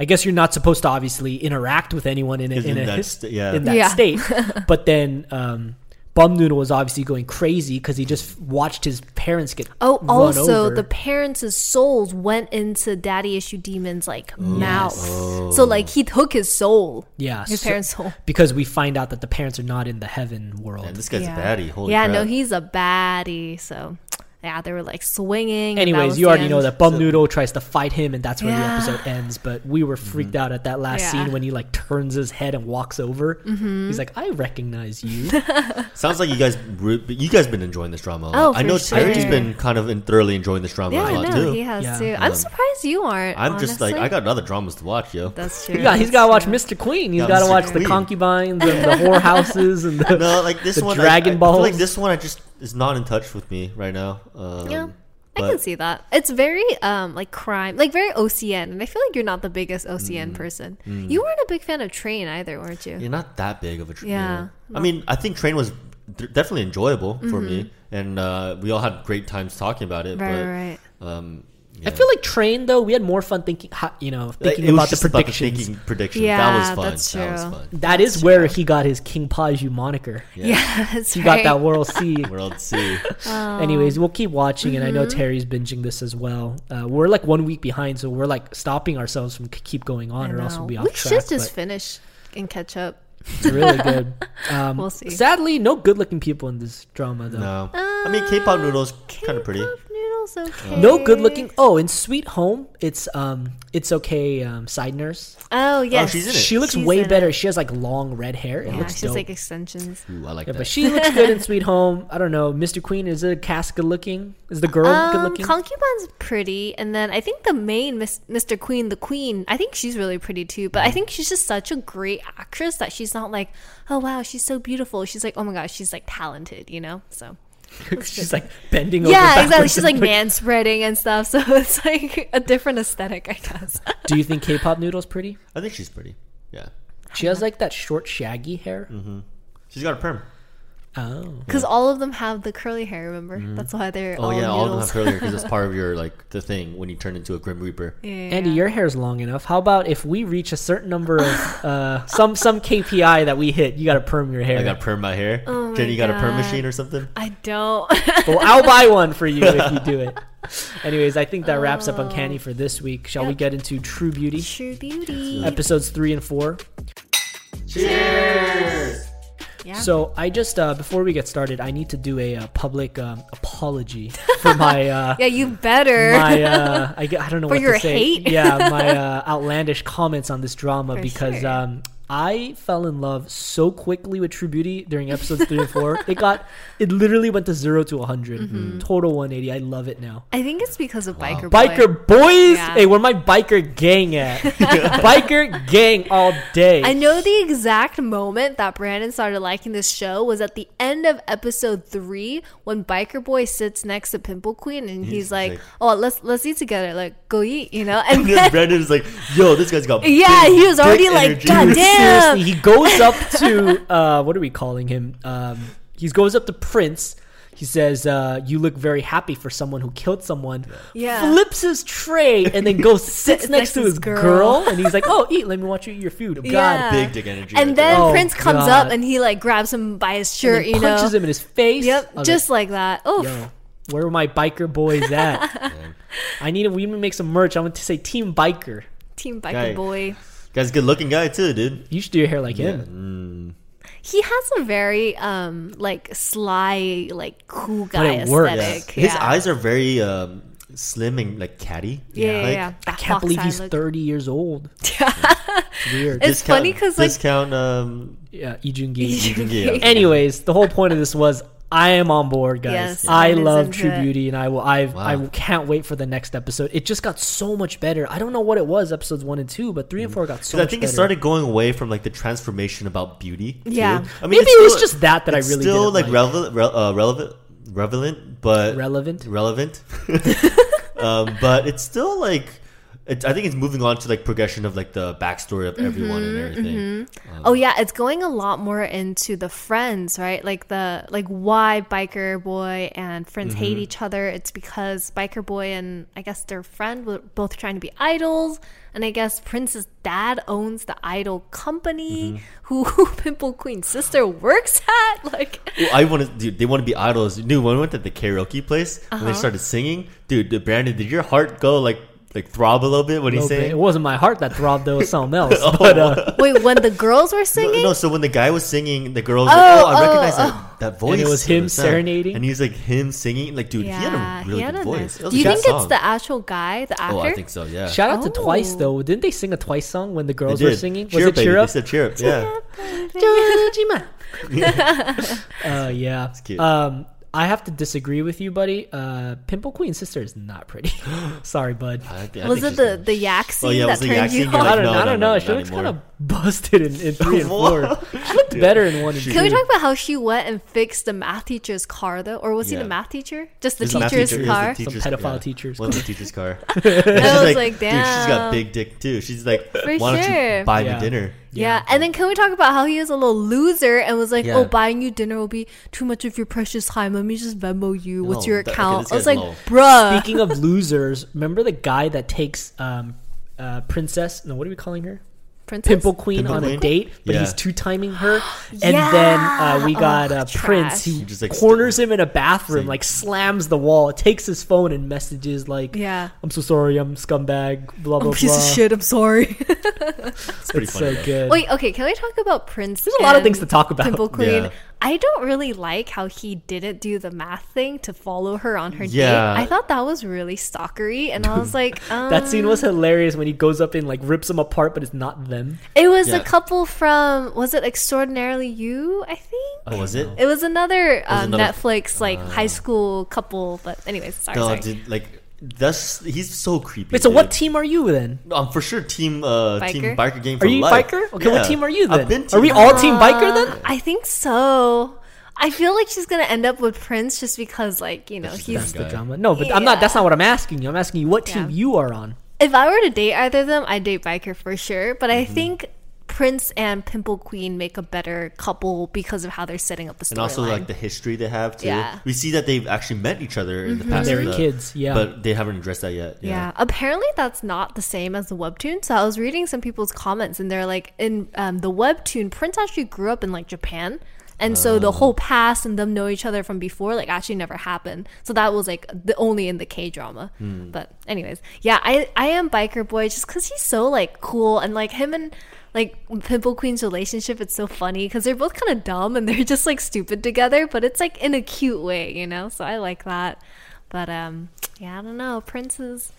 [SPEAKER 4] I guess you're not supposed to obviously interact with anyone in a,
[SPEAKER 3] Is
[SPEAKER 4] in,
[SPEAKER 3] in
[SPEAKER 4] a
[SPEAKER 3] that
[SPEAKER 4] his-
[SPEAKER 3] sta- yeah.
[SPEAKER 4] in that
[SPEAKER 2] Yeah.
[SPEAKER 4] state. but then um, Bum Noodle was obviously going crazy because he just watched his parents get
[SPEAKER 2] Oh,
[SPEAKER 4] run
[SPEAKER 2] also
[SPEAKER 4] over.
[SPEAKER 2] the parents' souls went into Daddy Issue Demon's like mouth. So like he took his soul.
[SPEAKER 4] yeah
[SPEAKER 2] his
[SPEAKER 4] so-
[SPEAKER 2] parents' soul.
[SPEAKER 4] because we find out that the parents are not in the heaven world.
[SPEAKER 3] Man, this guy's
[SPEAKER 2] yeah.
[SPEAKER 3] a baddie. Holy
[SPEAKER 2] yeah,
[SPEAKER 3] crap.
[SPEAKER 2] no, he's a baddie. So, yeah, they were like swinging. and that
[SPEAKER 4] Anyways,
[SPEAKER 2] was
[SPEAKER 4] you
[SPEAKER 2] the
[SPEAKER 4] already
[SPEAKER 2] end.
[SPEAKER 4] know that Bum Noodle tries to fight him, and that's where
[SPEAKER 2] Yeah.
[SPEAKER 4] the episode ends. But we
[SPEAKER 3] Mm-hmm.
[SPEAKER 4] were freaked out at that last
[SPEAKER 2] Yeah. Mm-hmm.
[SPEAKER 4] scene when he like turns his head and walks over. He's like, "I recognize you."
[SPEAKER 3] Sounds like you guys, re- you guys been enjoying this drama. A lot.
[SPEAKER 2] Oh,
[SPEAKER 3] I
[SPEAKER 2] for
[SPEAKER 3] know Terry's
[SPEAKER 2] sure.
[SPEAKER 3] been kind of in, thoroughly enjoying this drama
[SPEAKER 2] Yeah,
[SPEAKER 3] a lot
[SPEAKER 2] I
[SPEAKER 3] too.
[SPEAKER 2] know he has
[SPEAKER 4] Yeah.
[SPEAKER 2] too. I'm
[SPEAKER 3] Um,
[SPEAKER 2] surprised you aren't.
[SPEAKER 3] I'm just like,
[SPEAKER 2] honestly.
[SPEAKER 3] I got other dramas to watch, yo.
[SPEAKER 2] That's true.
[SPEAKER 4] He got, he's
[SPEAKER 2] that's
[SPEAKER 4] got to watch
[SPEAKER 2] true.
[SPEAKER 4] Mr. Queen. He's
[SPEAKER 3] Yeah,
[SPEAKER 4] got to
[SPEAKER 3] Mr.
[SPEAKER 4] watch the
[SPEAKER 3] Queen.
[SPEAKER 4] concubines and the whorehouses and the
[SPEAKER 3] No, like this
[SPEAKER 4] the
[SPEAKER 3] one, I-
[SPEAKER 4] Dragon
[SPEAKER 3] I,
[SPEAKER 4] Balls.
[SPEAKER 3] feel like this one, I just is not in touch with me right now. Um,
[SPEAKER 2] Yeah. I can see that. It's very um like crime, like very OCN. And I feel like you're not the biggest OCN person. You weren't a big fan of Train either, weren't you?
[SPEAKER 3] You're not that big of a train.
[SPEAKER 2] Yeah,
[SPEAKER 3] I mean, I think train was d- definitely enjoyable for me, and uh, we all had great times talking about it.
[SPEAKER 2] Mm-hmm. Right,
[SPEAKER 3] but,
[SPEAKER 2] right.
[SPEAKER 3] Um,
[SPEAKER 4] I feel like Train though we had more fun thinking, ha- you know, thinking
[SPEAKER 3] it was
[SPEAKER 4] about the
[SPEAKER 3] just about the
[SPEAKER 4] predictions.
[SPEAKER 3] thinking predictions. that
[SPEAKER 2] Yeah,
[SPEAKER 3] was fun.
[SPEAKER 2] that's
[SPEAKER 3] That was
[SPEAKER 2] true.
[SPEAKER 3] fun.
[SPEAKER 4] That is where he got his King Paju moniker.
[SPEAKER 2] Yeah, that's
[SPEAKER 4] He
[SPEAKER 2] right.
[SPEAKER 4] got that World C.
[SPEAKER 3] World C.
[SPEAKER 4] Anyways, we'll keep watching, and I
[SPEAKER 2] Mm-hmm.
[SPEAKER 4] know Terry's binging this as well. Uh, we're like one week behind, so we're like stopping ourselves from c- keep going on,
[SPEAKER 2] I
[SPEAKER 4] or else we'll
[SPEAKER 2] know.
[SPEAKER 4] be off
[SPEAKER 2] we
[SPEAKER 4] track.
[SPEAKER 2] should just
[SPEAKER 4] but
[SPEAKER 2] finish and catch up.
[SPEAKER 4] it's really good. Um,
[SPEAKER 2] We'll see.
[SPEAKER 4] Sadly, no good-looking people in this drama though.
[SPEAKER 3] No, I mean K-pop noodles kind of pretty.
[SPEAKER 2] Uh, K-pop Noodles, okay.
[SPEAKER 4] No good looking. Oh, in Sweet Home, it's um, it's okay. Um, side nurse.
[SPEAKER 2] Oh yes,
[SPEAKER 3] she's in it.
[SPEAKER 4] She looks
[SPEAKER 2] She's
[SPEAKER 4] way
[SPEAKER 2] in
[SPEAKER 4] better.
[SPEAKER 2] it.
[SPEAKER 4] She has like long red hair. It
[SPEAKER 2] Yeah,
[SPEAKER 4] looks
[SPEAKER 2] she's
[SPEAKER 4] dope.
[SPEAKER 2] like extensions.
[SPEAKER 3] Ooh, I like
[SPEAKER 4] yeah,
[SPEAKER 3] that.
[SPEAKER 4] but she looks good in Sweet Home. I don't know. Mr. Queen is the cast good looking? Is the girl good
[SPEAKER 2] Um,
[SPEAKER 4] looking?
[SPEAKER 2] Concubine's pretty, and then I think the main Miss, Mr. Queen, the Queen, I think she's really pretty too.
[SPEAKER 3] Mm.
[SPEAKER 2] But I think she's just such a great actress that she's not like, oh wow, she's so beautiful. She's like, oh my gosh, she's like talented, you know. So
[SPEAKER 4] She's like bending over.
[SPEAKER 2] yeah, exactly.
[SPEAKER 4] backwards
[SPEAKER 2] She's
[SPEAKER 4] and
[SPEAKER 2] like
[SPEAKER 4] quick.
[SPEAKER 2] man spreading and stuff. So it's like a different aesthetic, I guess.
[SPEAKER 4] Do you think K-pop noodles pretty?
[SPEAKER 3] I think she's pretty. Yeah,
[SPEAKER 4] She has like that short, shaggy hair.
[SPEAKER 3] Mm-hmm. she's got a perm.
[SPEAKER 4] Oh,
[SPEAKER 2] Because all of them have the curly hair. Remember, that's why they're
[SPEAKER 3] Oh
[SPEAKER 2] all
[SPEAKER 3] yeah, all of them
[SPEAKER 2] noodles.
[SPEAKER 3] have curly because it's part of your like the thing when you turn into a Grim Reaper.
[SPEAKER 2] Yeah.
[SPEAKER 4] Andy, your hair's long enough. How about if we reach a certain number of uh, some some KPI that we hit, you got to perm your hair.
[SPEAKER 3] I got to perm my hair.
[SPEAKER 2] Oh my
[SPEAKER 3] Jenny got a perm
[SPEAKER 2] God.
[SPEAKER 3] machine or something.
[SPEAKER 2] I don't.
[SPEAKER 4] well, I'll buy one for you if you do it. Anyways, I think that wraps up
[SPEAKER 2] Oh.
[SPEAKER 4] Uncanny for this week. Shall we
[SPEAKER 2] Yep.
[SPEAKER 4] get into True Beauty
[SPEAKER 2] True beauty.
[SPEAKER 4] episodes three and four?
[SPEAKER 2] Yeah.
[SPEAKER 4] So I just uh, before we get started, I need to do a, uh public um, apology for my uh,
[SPEAKER 2] yeah, you better.
[SPEAKER 4] my uh, I, gu- I don't know
[SPEAKER 2] For
[SPEAKER 4] what
[SPEAKER 2] your
[SPEAKER 4] to say.
[SPEAKER 2] hate?
[SPEAKER 4] Yeah, my uh, outlandish comments on this drama
[SPEAKER 2] For
[SPEAKER 4] because
[SPEAKER 2] sure.
[SPEAKER 4] um, I fell in love so quickly with True Beauty during episodes three and four. It got it literally went to zero to 100
[SPEAKER 2] Mm-hmm.
[SPEAKER 4] total one eighty. I love it now.
[SPEAKER 2] I think it's because of biker. Oh, Boy.
[SPEAKER 4] Biker boys,
[SPEAKER 2] Yeah.
[SPEAKER 4] hey, where my biker gang at? biker gang all day.
[SPEAKER 2] I know the exact moment that Brandon started liking this show was at the end of episode three when Biker Boy sits next to Pimple Queen and he's like,
[SPEAKER 3] like-
[SPEAKER 2] "Oh, let's let's eat together, like go eat," you know. And
[SPEAKER 3] And then
[SPEAKER 2] then,
[SPEAKER 3] Brandon's like, "Yo, this guy's got
[SPEAKER 2] yeah,
[SPEAKER 3] big
[SPEAKER 2] he was
[SPEAKER 3] dick
[SPEAKER 2] already like,
[SPEAKER 3] energy."
[SPEAKER 2] "God damn!"
[SPEAKER 4] Seriously, he goes up to uh, what are we calling him? Um, he goes up to Prince. He says, uh, "You look very happy for someone who killed someone."
[SPEAKER 2] Yeah.
[SPEAKER 4] Flips his tray and then goes sits next to his girl. and he's like, "Oh, eat. Let me watch you eat your food." Oh, God.
[SPEAKER 2] Yeah.
[SPEAKER 3] big dick energy."
[SPEAKER 2] And
[SPEAKER 3] right there.
[SPEAKER 2] then
[SPEAKER 4] Oh,
[SPEAKER 2] Prince comes up
[SPEAKER 4] God.
[SPEAKER 2] and he like grabs him by his shirt,
[SPEAKER 4] And
[SPEAKER 2] you know.
[SPEAKER 4] punches him in his face. I
[SPEAKER 2] Yep,
[SPEAKER 4] was
[SPEAKER 2] just like that. Oh,
[SPEAKER 4] like, yo, where were my biker boys at? I need. We need to make some merch. I want to say Team Biker.
[SPEAKER 2] Team Biker
[SPEAKER 3] Guy.
[SPEAKER 2] Boy.
[SPEAKER 3] guy's a good-looking guy too, dude.
[SPEAKER 4] You should do your hair like
[SPEAKER 3] Yeah.
[SPEAKER 4] him.
[SPEAKER 2] He has a very um like sly, like cool guy
[SPEAKER 4] it works.
[SPEAKER 2] aesthetic.
[SPEAKER 3] His
[SPEAKER 2] Yeah.
[SPEAKER 3] eyes are very um, slim and like catty.
[SPEAKER 2] Yeah, yeah,
[SPEAKER 3] Like,
[SPEAKER 2] yeah.
[SPEAKER 4] I
[SPEAKER 2] That
[SPEAKER 4] can't
[SPEAKER 2] fox
[SPEAKER 4] believe
[SPEAKER 2] eye
[SPEAKER 4] he's
[SPEAKER 2] look.
[SPEAKER 4] thirty years old. Weird.
[SPEAKER 2] It's
[SPEAKER 3] discount-
[SPEAKER 2] funny 'cause, like-
[SPEAKER 3] discount. Um,
[SPEAKER 4] Yeah, Lee Joon-gi.
[SPEAKER 3] yeah.
[SPEAKER 4] Anyways, the whole point of this was I am on board, guys.
[SPEAKER 2] Yes,
[SPEAKER 4] I
[SPEAKER 2] Simon is
[SPEAKER 4] love
[SPEAKER 2] into
[SPEAKER 4] True
[SPEAKER 2] it.
[SPEAKER 4] Beauty, and I will. I I
[SPEAKER 3] Wow.
[SPEAKER 4] can't wait for the next episode. It just got so much better. I don't know what it was, episodes one and two, but three and four got so.
[SPEAKER 3] Because
[SPEAKER 4] much
[SPEAKER 3] Mm. I think
[SPEAKER 4] better.
[SPEAKER 3] it started going away from like the transformation about beauty.
[SPEAKER 2] Yeah.
[SPEAKER 3] too.
[SPEAKER 4] Maybe
[SPEAKER 3] it's
[SPEAKER 4] it was just that that I
[SPEAKER 3] it's
[SPEAKER 4] really
[SPEAKER 3] still
[SPEAKER 4] didn't
[SPEAKER 3] like,
[SPEAKER 4] like.
[SPEAKER 3] relevant, re- uh, relevant, relevant, but
[SPEAKER 4] relevant.
[SPEAKER 3] relevant. um, but it's still like it, I think it's moving on to like progression of like the backstory of everyone and
[SPEAKER 2] Mm-hmm,
[SPEAKER 3] everything.
[SPEAKER 2] Oh yeah, it's going a lot more into the friends, right? Like the like why biker boy and friends
[SPEAKER 3] Mm-hmm.
[SPEAKER 2] hate each other. It's because biker boy and I guess their friend were both trying to be idols, and I guess Prince's dad owns the idol company
[SPEAKER 3] Mm-hmm.
[SPEAKER 2] who, who Pimple Queen's sister works at. Like
[SPEAKER 3] Ooh, I want to, dude. They want to be idols. Dude, when we went to the karaoke place when
[SPEAKER 2] Uh-huh.
[SPEAKER 3] they started singing, dude, did- Brandon, did your heart go like like throb a little bit when he
[SPEAKER 4] Little bit. It
[SPEAKER 3] sang?
[SPEAKER 4] wasn't my heart that throbbed; though it was something else.
[SPEAKER 3] Oh.
[SPEAKER 4] but uh,
[SPEAKER 2] wait, when the girls were singing,
[SPEAKER 3] No, so when the guy was singing, the girl was like, "Oh, I
[SPEAKER 2] oh,
[SPEAKER 3] recognize that, that voice."
[SPEAKER 4] it was him
[SPEAKER 3] that sound."
[SPEAKER 4] serenading?
[SPEAKER 3] and he was like him singing. Like, dude, he
[SPEAKER 2] yeah,
[SPEAKER 3] had a really good
[SPEAKER 2] a
[SPEAKER 3] voice.
[SPEAKER 2] nice-
[SPEAKER 3] It was
[SPEAKER 2] Do you
[SPEAKER 3] a good
[SPEAKER 2] think it's
[SPEAKER 3] song.
[SPEAKER 2] the actual guy, the actor?
[SPEAKER 3] Oh, I think so. Yeah,
[SPEAKER 4] shout out to Twice,
[SPEAKER 2] Oh.
[SPEAKER 4] though. Didn't they sing a Twice song when the
[SPEAKER 3] They
[SPEAKER 4] girls were
[SPEAKER 3] did.
[SPEAKER 4] singing?
[SPEAKER 3] Cheer
[SPEAKER 4] was it
[SPEAKER 3] baby.
[SPEAKER 4] Cheer
[SPEAKER 3] They
[SPEAKER 4] Up?
[SPEAKER 3] said cheer up. Yeah.
[SPEAKER 4] Uh, yeah.
[SPEAKER 3] cute.
[SPEAKER 4] Um, I have to disagree with you, buddy. Uh, Pimple Queen's sister is not pretty. Sorry, bud.
[SPEAKER 3] I thi- I
[SPEAKER 2] was
[SPEAKER 3] think
[SPEAKER 2] it
[SPEAKER 3] she's
[SPEAKER 2] the
[SPEAKER 3] nice.
[SPEAKER 2] the yak scene
[SPEAKER 3] yeah, it
[SPEAKER 2] that
[SPEAKER 3] was the yak
[SPEAKER 2] turned you
[SPEAKER 3] scene,
[SPEAKER 2] on?
[SPEAKER 3] you're like,
[SPEAKER 4] I don't,
[SPEAKER 3] no,
[SPEAKER 4] I
[SPEAKER 3] no,
[SPEAKER 4] don't
[SPEAKER 3] no,
[SPEAKER 4] know.
[SPEAKER 3] not
[SPEAKER 4] She looks kind of
[SPEAKER 3] anymore.
[SPEAKER 4] busted in, in three and four. She looked better in one and two.
[SPEAKER 2] Can we talk about how she went and fixed the math teacher's car though? Or was he
[SPEAKER 3] Yeah.
[SPEAKER 2] the math teacher? Just the
[SPEAKER 3] There's a math
[SPEAKER 2] teacher's
[SPEAKER 3] teacher- there's a
[SPEAKER 2] car?
[SPEAKER 3] teacher's-
[SPEAKER 4] Some pedophile teacher's
[SPEAKER 3] One of the teacher's car. I
[SPEAKER 2] was like,
[SPEAKER 3] Dude, she's got
[SPEAKER 2] damn."
[SPEAKER 3] big dick too. She's like,
[SPEAKER 2] For
[SPEAKER 3] why don't
[SPEAKER 2] sure.
[SPEAKER 3] you buy
[SPEAKER 4] Yeah.
[SPEAKER 3] me dinner?
[SPEAKER 2] yeah. and then can we talk about how he is a little loser and was like,
[SPEAKER 3] Yeah.
[SPEAKER 2] "Oh, buying you dinner will be too much of your precious time. Let me just Venmo you. What's
[SPEAKER 3] No,
[SPEAKER 2] your
[SPEAKER 3] that- okay,
[SPEAKER 2] account?"
[SPEAKER 3] this
[SPEAKER 2] I was
[SPEAKER 3] guy's
[SPEAKER 2] like,
[SPEAKER 3] low. uh,
[SPEAKER 2] "Bruh,
[SPEAKER 4] Speaking of losers, remember the guy that takes um, uh, Princess? No, what are we calling her?
[SPEAKER 2] princess,
[SPEAKER 4] Pimple Queen
[SPEAKER 3] Pimple
[SPEAKER 4] on
[SPEAKER 3] Queen?
[SPEAKER 4] a date, but
[SPEAKER 3] Yeah.
[SPEAKER 4] he's two timing her. And then uh, we
[SPEAKER 2] Yeah.
[SPEAKER 4] got
[SPEAKER 2] Oh,
[SPEAKER 4] uh,
[SPEAKER 2] trash.
[SPEAKER 4] Prince who
[SPEAKER 3] He just, like,
[SPEAKER 4] corners him in a bathroom,
[SPEAKER 3] like-
[SPEAKER 4] like slams the wall, takes his phone and messages like,
[SPEAKER 2] Yeah.
[SPEAKER 4] "I'm so sorry, I'm scumbag, blah
[SPEAKER 2] I'm
[SPEAKER 4] blah
[SPEAKER 2] a piece
[SPEAKER 4] blah."
[SPEAKER 2] of shit. I'm sorry."
[SPEAKER 3] It's pretty
[SPEAKER 4] It's so
[SPEAKER 3] funny. though.
[SPEAKER 4] good.
[SPEAKER 2] Wait, okay, can we talk about Prince?
[SPEAKER 4] There's a lot of
[SPEAKER 2] and
[SPEAKER 4] things to talk about.
[SPEAKER 2] Pimple Queen.
[SPEAKER 3] Yeah.
[SPEAKER 2] I don't really like how he didn't do the math thing to follow her on her
[SPEAKER 3] Yeah.
[SPEAKER 2] date. I thought that was really stalkery, and I was like, um,
[SPEAKER 4] That scene was hilarious when he goes up and like rips them apart, but it's not them.
[SPEAKER 2] It was
[SPEAKER 3] Yeah.
[SPEAKER 2] a couple from was it extraordinarily you? I think.
[SPEAKER 3] Oh, was it?
[SPEAKER 2] It was another, um,
[SPEAKER 3] another- uh,
[SPEAKER 2] Netflix like high school couple, but anyways, sorry.
[SPEAKER 3] No,
[SPEAKER 2] sorry.
[SPEAKER 3] dude, like that's he's so creepy.
[SPEAKER 4] Wait, so what
[SPEAKER 3] dude.
[SPEAKER 4] team are you then?
[SPEAKER 3] I'm for sure team uh
[SPEAKER 2] Biker?
[SPEAKER 3] team biker game for
[SPEAKER 4] Are you
[SPEAKER 3] life.
[SPEAKER 4] biker? Okay,
[SPEAKER 3] Yeah.
[SPEAKER 4] what team are you
[SPEAKER 3] I've
[SPEAKER 4] then?
[SPEAKER 3] been
[SPEAKER 4] Are we
[SPEAKER 3] team
[SPEAKER 4] all
[SPEAKER 3] biker.
[SPEAKER 4] team biker then?
[SPEAKER 2] Uh, I think so. I feel like she's gonna end up with Prince just because, like, you know,
[SPEAKER 3] just
[SPEAKER 2] he's.
[SPEAKER 4] That's the
[SPEAKER 3] guy.
[SPEAKER 4] drama. No, but I'm not. That's not what I'm asking you. I'm asking you what team
[SPEAKER 2] Yeah.
[SPEAKER 4] you are on.
[SPEAKER 2] If I were to date either of them, I'd date Biker for sure. But
[SPEAKER 3] Mm-hmm.
[SPEAKER 2] I think Prince and Pimple Queen make a better couple because of how they're setting up the storyline.
[SPEAKER 3] And also like the history they have too.
[SPEAKER 2] Yeah. Mm-hmm.
[SPEAKER 3] We see that they've actually met each other in the past.
[SPEAKER 4] They were
[SPEAKER 3] uh,
[SPEAKER 4] kids, yeah.
[SPEAKER 3] But they haven't addressed that yet.
[SPEAKER 2] Yeah. Apparently, that's not the same as the webtoon. So I was reading some people's comments, and they're like, in um, the webtoon, Prince actually grew up in like Japan, and so the whole past and them know each other from before like actually never happened. So that was like the only in the K drama. But anyways, yeah, I I am biker boy just because he's so like cool and like him and. Like Pimple Queen's relationship, it's so funny because they're both kind of dumb and they're just like stupid together, but it's like in a cute way, you know. So I like that. But um, yeah, I don't know. Prince is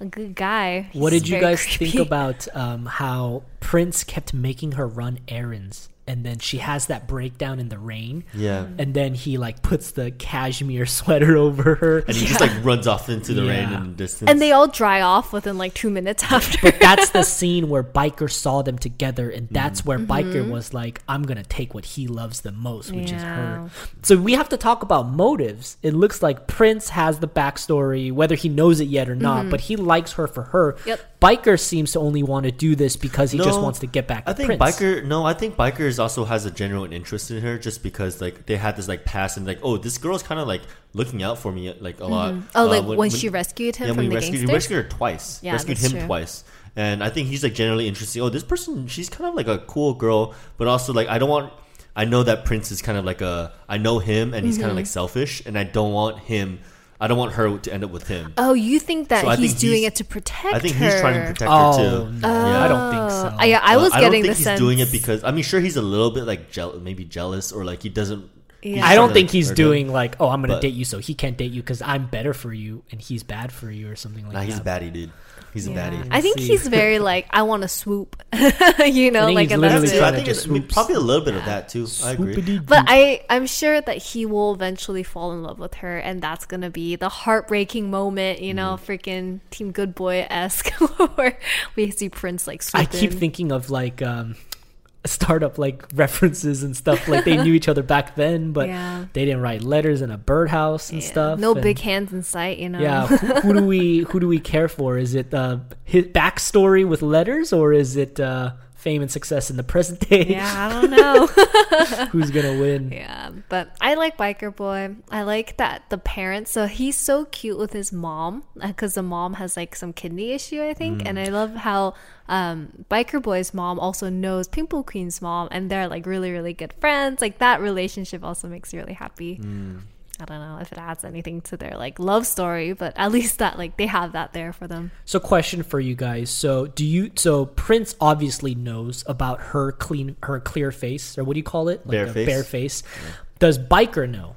[SPEAKER 2] a good guy.
[SPEAKER 4] What
[SPEAKER 2] He's
[SPEAKER 4] did you
[SPEAKER 2] very
[SPEAKER 4] guys
[SPEAKER 2] creepy.
[SPEAKER 4] think about um, how Prince kept making her run errands, and then she has that breakdown in the rain,
[SPEAKER 3] Yeah.
[SPEAKER 4] and then he like puts the cashmere sweater over her.
[SPEAKER 3] And he just like runs off into the rain
[SPEAKER 4] Yeah.
[SPEAKER 3] and distance.
[SPEAKER 2] And they all dry off within like two minutes after.
[SPEAKER 4] that's the scene where Biker saw them together, and that's where
[SPEAKER 2] Mm-hmm.
[SPEAKER 4] Biker was like, "I'm gonna take what he loves the most, which is her." So we have to talk about motives. It looks like Prince has the backstory, whether he knows it yet or not, but he likes her for her.
[SPEAKER 2] Mm-hmm. Yep.
[SPEAKER 4] Biker seems to only want to do this because he just
[SPEAKER 3] No,
[SPEAKER 4] wants to get back.
[SPEAKER 3] I
[SPEAKER 4] to
[SPEAKER 3] think
[SPEAKER 4] Prince.
[SPEAKER 3] biker. No, I think biker is also has a genuine interest in her, just because like they had this like past and like oh this girl's kind of like looking out for me like a lot.
[SPEAKER 2] Oh,
[SPEAKER 3] Uh,
[SPEAKER 2] like when, she rescued him
[SPEAKER 3] yeah,
[SPEAKER 2] from
[SPEAKER 3] we
[SPEAKER 2] the
[SPEAKER 3] rescued, we
[SPEAKER 2] gangsters.
[SPEAKER 3] rescued her twice.
[SPEAKER 2] Yeah,
[SPEAKER 3] rescued
[SPEAKER 2] that's
[SPEAKER 3] him
[SPEAKER 2] true.
[SPEAKER 3] twice. And I think he's like generally interested. Oh, this person, she's kind of like a cool girl, but also like I don't want. I know that Prince is kind of like a. I know him, and he's
[SPEAKER 2] Mm-hmm.
[SPEAKER 3] kind of like selfish, and I don't want him. I don't want her to end up with him.
[SPEAKER 2] oh, you think that
[SPEAKER 3] So I
[SPEAKER 2] he's
[SPEAKER 3] think
[SPEAKER 2] doing
[SPEAKER 3] he's-
[SPEAKER 2] it to protect her? Oh,
[SPEAKER 3] I think he's trying to protect
[SPEAKER 4] Oh,
[SPEAKER 3] her too.
[SPEAKER 4] no, I don't think so.
[SPEAKER 2] I, I
[SPEAKER 3] Uh,
[SPEAKER 2] was
[SPEAKER 3] I don't
[SPEAKER 2] getting
[SPEAKER 3] think
[SPEAKER 2] the
[SPEAKER 3] he's
[SPEAKER 2] sense
[SPEAKER 3] doing it because I mean, sure, he's a little bit like jeal- maybe jealous or like he doesn't. he's
[SPEAKER 2] Yeah.
[SPEAKER 4] I
[SPEAKER 3] trying
[SPEAKER 4] don't
[SPEAKER 3] to,
[SPEAKER 4] think
[SPEAKER 3] like,
[SPEAKER 4] he's
[SPEAKER 3] hurt
[SPEAKER 4] doing
[SPEAKER 3] Him.
[SPEAKER 4] like, oh, I'm gonna
[SPEAKER 3] But-
[SPEAKER 4] date you, so he can't date you because I'm better for you, and he's bad for you, or something like
[SPEAKER 3] Nah,
[SPEAKER 4] that.
[SPEAKER 3] he's a baddie, dude. He's
[SPEAKER 2] Yeah.
[SPEAKER 3] a baddie.
[SPEAKER 2] I think
[SPEAKER 4] see.
[SPEAKER 2] he's very like I want to swoop, you know,
[SPEAKER 4] think
[SPEAKER 2] like
[SPEAKER 4] he's
[SPEAKER 2] and that's
[SPEAKER 4] literally
[SPEAKER 2] it.
[SPEAKER 3] I
[SPEAKER 4] trying to
[SPEAKER 3] think
[SPEAKER 4] just
[SPEAKER 3] it's, I mean,
[SPEAKER 4] swoop-
[SPEAKER 3] probably a little bit of that too. I agree.
[SPEAKER 4] Swoopity-doo.
[SPEAKER 2] But I, I'm sure that he will eventually fall in love with her, and that's gonna be the heartbreaking moment, you know,
[SPEAKER 3] Mm-hmm.
[SPEAKER 2] freaking Team Good Boy esque, where we see Prince like swoop
[SPEAKER 4] I keep
[SPEAKER 2] in.
[SPEAKER 4] thinking of like um, startup like references and stuff. Like they knew each other back then, but
[SPEAKER 2] Yeah.
[SPEAKER 4] they didn't write letters in a birdhouse and
[SPEAKER 2] Yeah.
[SPEAKER 4] stuff.
[SPEAKER 2] No
[SPEAKER 4] and-
[SPEAKER 2] big hands in sight, you know.
[SPEAKER 4] Yeah, who, who do we who do we care for? Is it uh, his backstory with letters, or is it uh, fame and success in the present day?
[SPEAKER 2] Yeah, I don't know.
[SPEAKER 4] Who's gonna win?
[SPEAKER 2] yeah, but I like Biker Boy. I like that the parents. So he's so cute with his mom because the mom has like some kidney issue, I think.
[SPEAKER 3] Mm.
[SPEAKER 2] And I love how um, Biker Boy's mom also knows Pimple Queen's mom, and they're like really, really good friends. Like that relationship also makes me really happy.
[SPEAKER 3] Mm.
[SPEAKER 2] I don't know if it adds anything to their like love story, but at least that like they have that there for them.
[SPEAKER 4] So, question for you guys. So, do you? So, Prince obviously knows about her clean, her clear face, or what do you call it? Like
[SPEAKER 3] Bare
[SPEAKER 4] a
[SPEAKER 3] face.
[SPEAKER 4] Bare face. Does Biker know?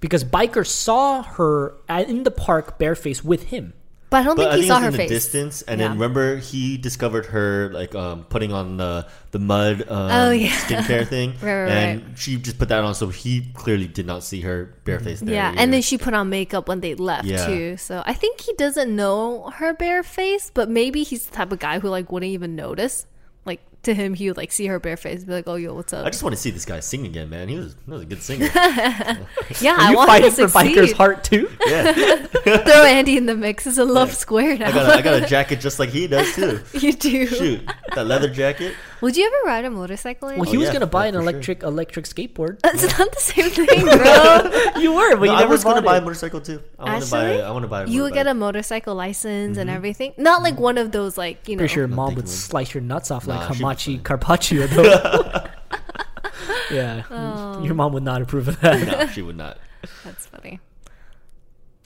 [SPEAKER 4] Because Biker saw her at- in the park, bare face with him.
[SPEAKER 2] But I don't
[SPEAKER 3] But
[SPEAKER 2] think
[SPEAKER 3] I
[SPEAKER 2] he
[SPEAKER 3] think
[SPEAKER 2] saw
[SPEAKER 3] it's
[SPEAKER 2] her
[SPEAKER 3] in
[SPEAKER 2] face.
[SPEAKER 3] the distance, and
[SPEAKER 2] Yeah.
[SPEAKER 3] then remember he discovered her like um, putting on the the mud um,
[SPEAKER 2] Oh, yeah.
[SPEAKER 3] skincare thing,
[SPEAKER 2] Right, right,
[SPEAKER 3] and she just put that on, so he clearly did not see her bareface. There
[SPEAKER 2] Yeah,
[SPEAKER 3] either.
[SPEAKER 2] and then she put on makeup when they left
[SPEAKER 3] Yeah.
[SPEAKER 2] too. So I think he doesn't know her bare face, but maybe he's the type of guy who like wouldn't even notice. Like to him, he would like see her bare face, be like, "Oh, yo, what's up?"
[SPEAKER 3] I just want to see this guy sing again, man. He was, he was a good singer.
[SPEAKER 2] yeah,
[SPEAKER 4] Are
[SPEAKER 2] I
[SPEAKER 4] you
[SPEAKER 2] want him to
[SPEAKER 4] fighting for Biker's
[SPEAKER 2] succeed.
[SPEAKER 4] heart too?
[SPEAKER 3] Yeah,
[SPEAKER 2] Throw Andy in the mix. It's a love square now.
[SPEAKER 3] I got, a, I got a jacket just like he does too.
[SPEAKER 2] you do.
[SPEAKER 3] Shoot, that leather jacket.
[SPEAKER 2] Would you ever ride a motorcycle? Andy?
[SPEAKER 4] Well, he
[SPEAKER 3] Oh,
[SPEAKER 4] was
[SPEAKER 3] yeah,
[SPEAKER 4] gonna buy
[SPEAKER 3] yeah,
[SPEAKER 4] an
[SPEAKER 3] for sure.
[SPEAKER 4] electric electric skateboard.
[SPEAKER 2] It's not the same thing, bro.
[SPEAKER 4] you were, but you
[SPEAKER 3] No, I
[SPEAKER 4] never
[SPEAKER 3] was
[SPEAKER 4] bought
[SPEAKER 3] gonna
[SPEAKER 4] it.
[SPEAKER 3] buy a motorcycle too. I want to buy.
[SPEAKER 2] Actually,
[SPEAKER 3] I want to buy. A
[SPEAKER 2] you would get
[SPEAKER 3] motorbike.
[SPEAKER 2] a motorcycle license and everything. Not like one of those, like you know.
[SPEAKER 4] Pretty sure your
[SPEAKER 3] not
[SPEAKER 4] mom
[SPEAKER 3] thinking
[SPEAKER 4] would
[SPEAKER 3] of it.
[SPEAKER 4] slice your nuts off like
[SPEAKER 3] Nah, she'd
[SPEAKER 4] hamachi
[SPEAKER 3] be
[SPEAKER 4] carpaccio. Though. yeah, your mom would not approve of that.
[SPEAKER 3] No, she would not.
[SPEAKER 2] That's funny.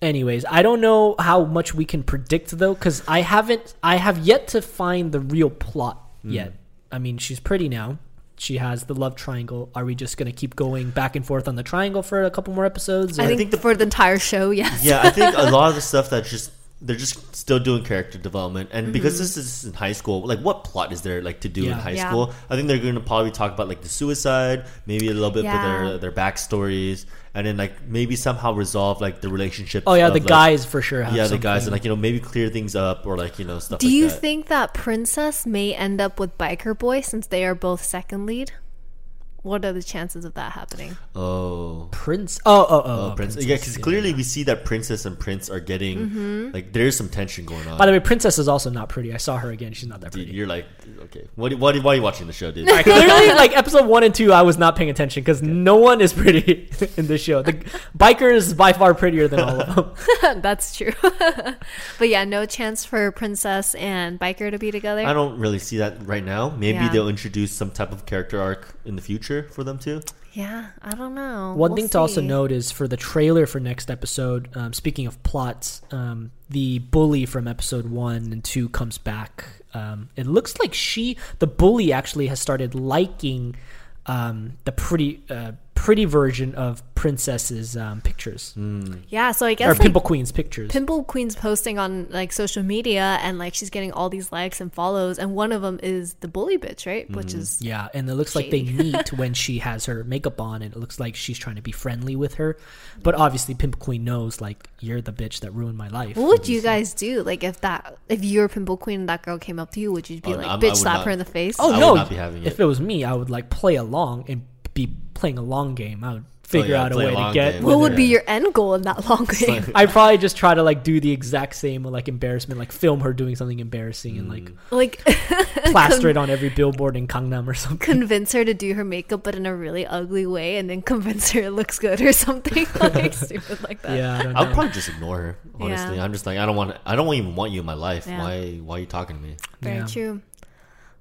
[SPEAKER 4] Anyways, I don't know how much we can predict though, because I haven't, I have yet to find the real plot
[SPEAKER 3] Hmm.
[SPEAKER 4] yet. I mean, she's pretty now. She has the love triangle. Are we just gonna keep going back and forth on the triangle for a couple more episodes?
[SPEAKER 2] I
[SPEAKER 4] or-
[SPEAKER 2] think,
[SPEAKER 3] think the-
[SPEAKER 2] for the entire show, yes.
[SPEAKER 3] Yeah, I think a lot of the stuff that's just they're just still doing character development, and because this is in high school, like what plot is there like to do in
[SPEAKER 4] Yeah.
[SPEAKER 3] high
[SPEAKER 2] Yeah.
[SPEAKER 3] school? I think they're going to probably talk about like the suicide, maybe a little bit for
[SPEAKER 2] Yeah.
[SPEAKER 3] their their backstories, and then like maybe somehow resolve like the relationship.
[SPEAKER 4] oh yeah,
[SPEAKER 3] of,
[SPEAKER 4] the
[SPEAKER 3] like-
[SPEAKER 4] guys for sure. Have
[SPEAKER 3] Yeah, the guys,
[SPEAKER 4] something.
[SPEAKER 3] and like you know maybe clear things up or like you know stuff.
[SPEAKER 2] Do
[SPEAKER 3] like
[SPEAKER 2] you
[SPEAKER 3] that.
[SPEAKER 2] think that Princess may end up with Biker Boy since they are both second lead? What are the chances of that happening?
[SPEAKER 3] Oh.
[SPEAKER 4] Prince. Oh, oh, oh,
[SPEAKER 3] Oh,
[SPEAKER 4] oh,
[SPEAKER 3] princess.
[SPEAKER 4] princess.
[SPEAKER 3] Yeah, because clearly we see that princess and prince are getting like there's some tension going on.
[SPEAKER 4] By the way, princess is also not pretty. I saw her again. She's not that
[SPEAKER 3] dude,
[SPEAKER 4] pretty.
[SPEAKER 3] you're like, okay, what? Why, why are you watching the show, dude?
[SPEAKER 4] I clearly, like episode one and two, I was not paying attention because no one is pretty in this show. The biker is by far prettier than all of them.
[SPEAKER 2] That's true. but yeah, no chance for Princess and Biker to be together.
[SPEAKER 3] I don't really see that right now. Maybe
[SPEAKER 2] Yeah.
[SPEAKER 3] they'll introduce some type of character arc in the future for them too.
[SPEAKER 2] yeah, I don't know.
[SPEAKER 4] One
[SPEAKER 2] We'll
[SPEAKER 4] thing to also
[SPEAKER 2] see.
[SPEAKER 4] note is for the trailer for next episode. Um, speaking of plots, um, the bully from episode one and two comes back. Um, it looks like she, the bully, actually has started liking um, the pretty, uh, pretty version of princess's um, pictures
[SPEAKER 2] Yeah, so I
[SPEAKER 4] or
[SPEAKER 2] guess like,
[SPEAKER 4] pimple queen's pictures.
[SPEAKER 2] Pimple Queen's posting on like social media and like she's getting all these likes and follows, and one of them is the bully bitch, right?
[SPEAKER 3] Mm.
[SPEAKER 2] Which is
[SPEAKER 4] Yeah, and it looks like they meet when she has her makeup on, and it looks like she's trying to be friendly with her. But obviously, Pimp Queen knows, like, you're the bitch that ruined my life.
[SPEAKER 2] what would you guys do? Like if that if your Pimple Queen and that girl came up to you, would you be
[SPEAKER 3] Oh,
[SPEAKER 2] like
[SPEAKER 3] I'm- I
[SPEAKER 2] bitch
[SPEAKER 3] would
[SPEAKER 2] slap
[SPEAKER 3] not.
[SPEAKER 2] her in the face?
[SPEAKER 4] Oh
[SPEAKER 3] I would
[SPEAKER 4] no!
[SPEAKER 3] not be having
[SPEAKER 4] if
[SPEAKER 3] it.
[SPEAKER 4] it was me, I would like play along and be playing a long game. I would figure
[SPEAKER 3] yeah,
[SPEAKER 4] out a
[SPEAKER 3] play a
[SPEAKER 4] way to
[SPEAKER 3] long
[SPEAKER 4] get.
[SPEAKER 3] game.
[SPEAKER 2] what would
[SPEAKER 3] Yeah.
[SPEAKER 2] be your end goal in that long game?
[SPEAKER 4] I probably just try to like do the exact same like embarrassment, like film her doing something embarrassing and like
[SPEAKER 2] like
[SPEAKER 3] Mm.
[SPEAKER 4] plaster it on every billboard in Gangnam or something.
[SPEAKER 2] convince her to do her makeup but in a really ugly way and then convince her it looks good or something like stupid like that.
[SPEAKER 4] Yeah, I don't
[SPEAKER 3] I
[SPEAKER 4] know.
[SPEAKER 3] would probably just ignore her. Honestly,
[SPEAKER 2] Yeah.
[SPEAKER 3] I'm just like, I don't want, I don't even want you in my life.
[SPEAKER 2] Yeah.
[SPEAKER 3] Why, why are you talking to me?
[SPEAKER 2] Very
[SPEAKER 4] Yeah.
[SPEAKER 2] true.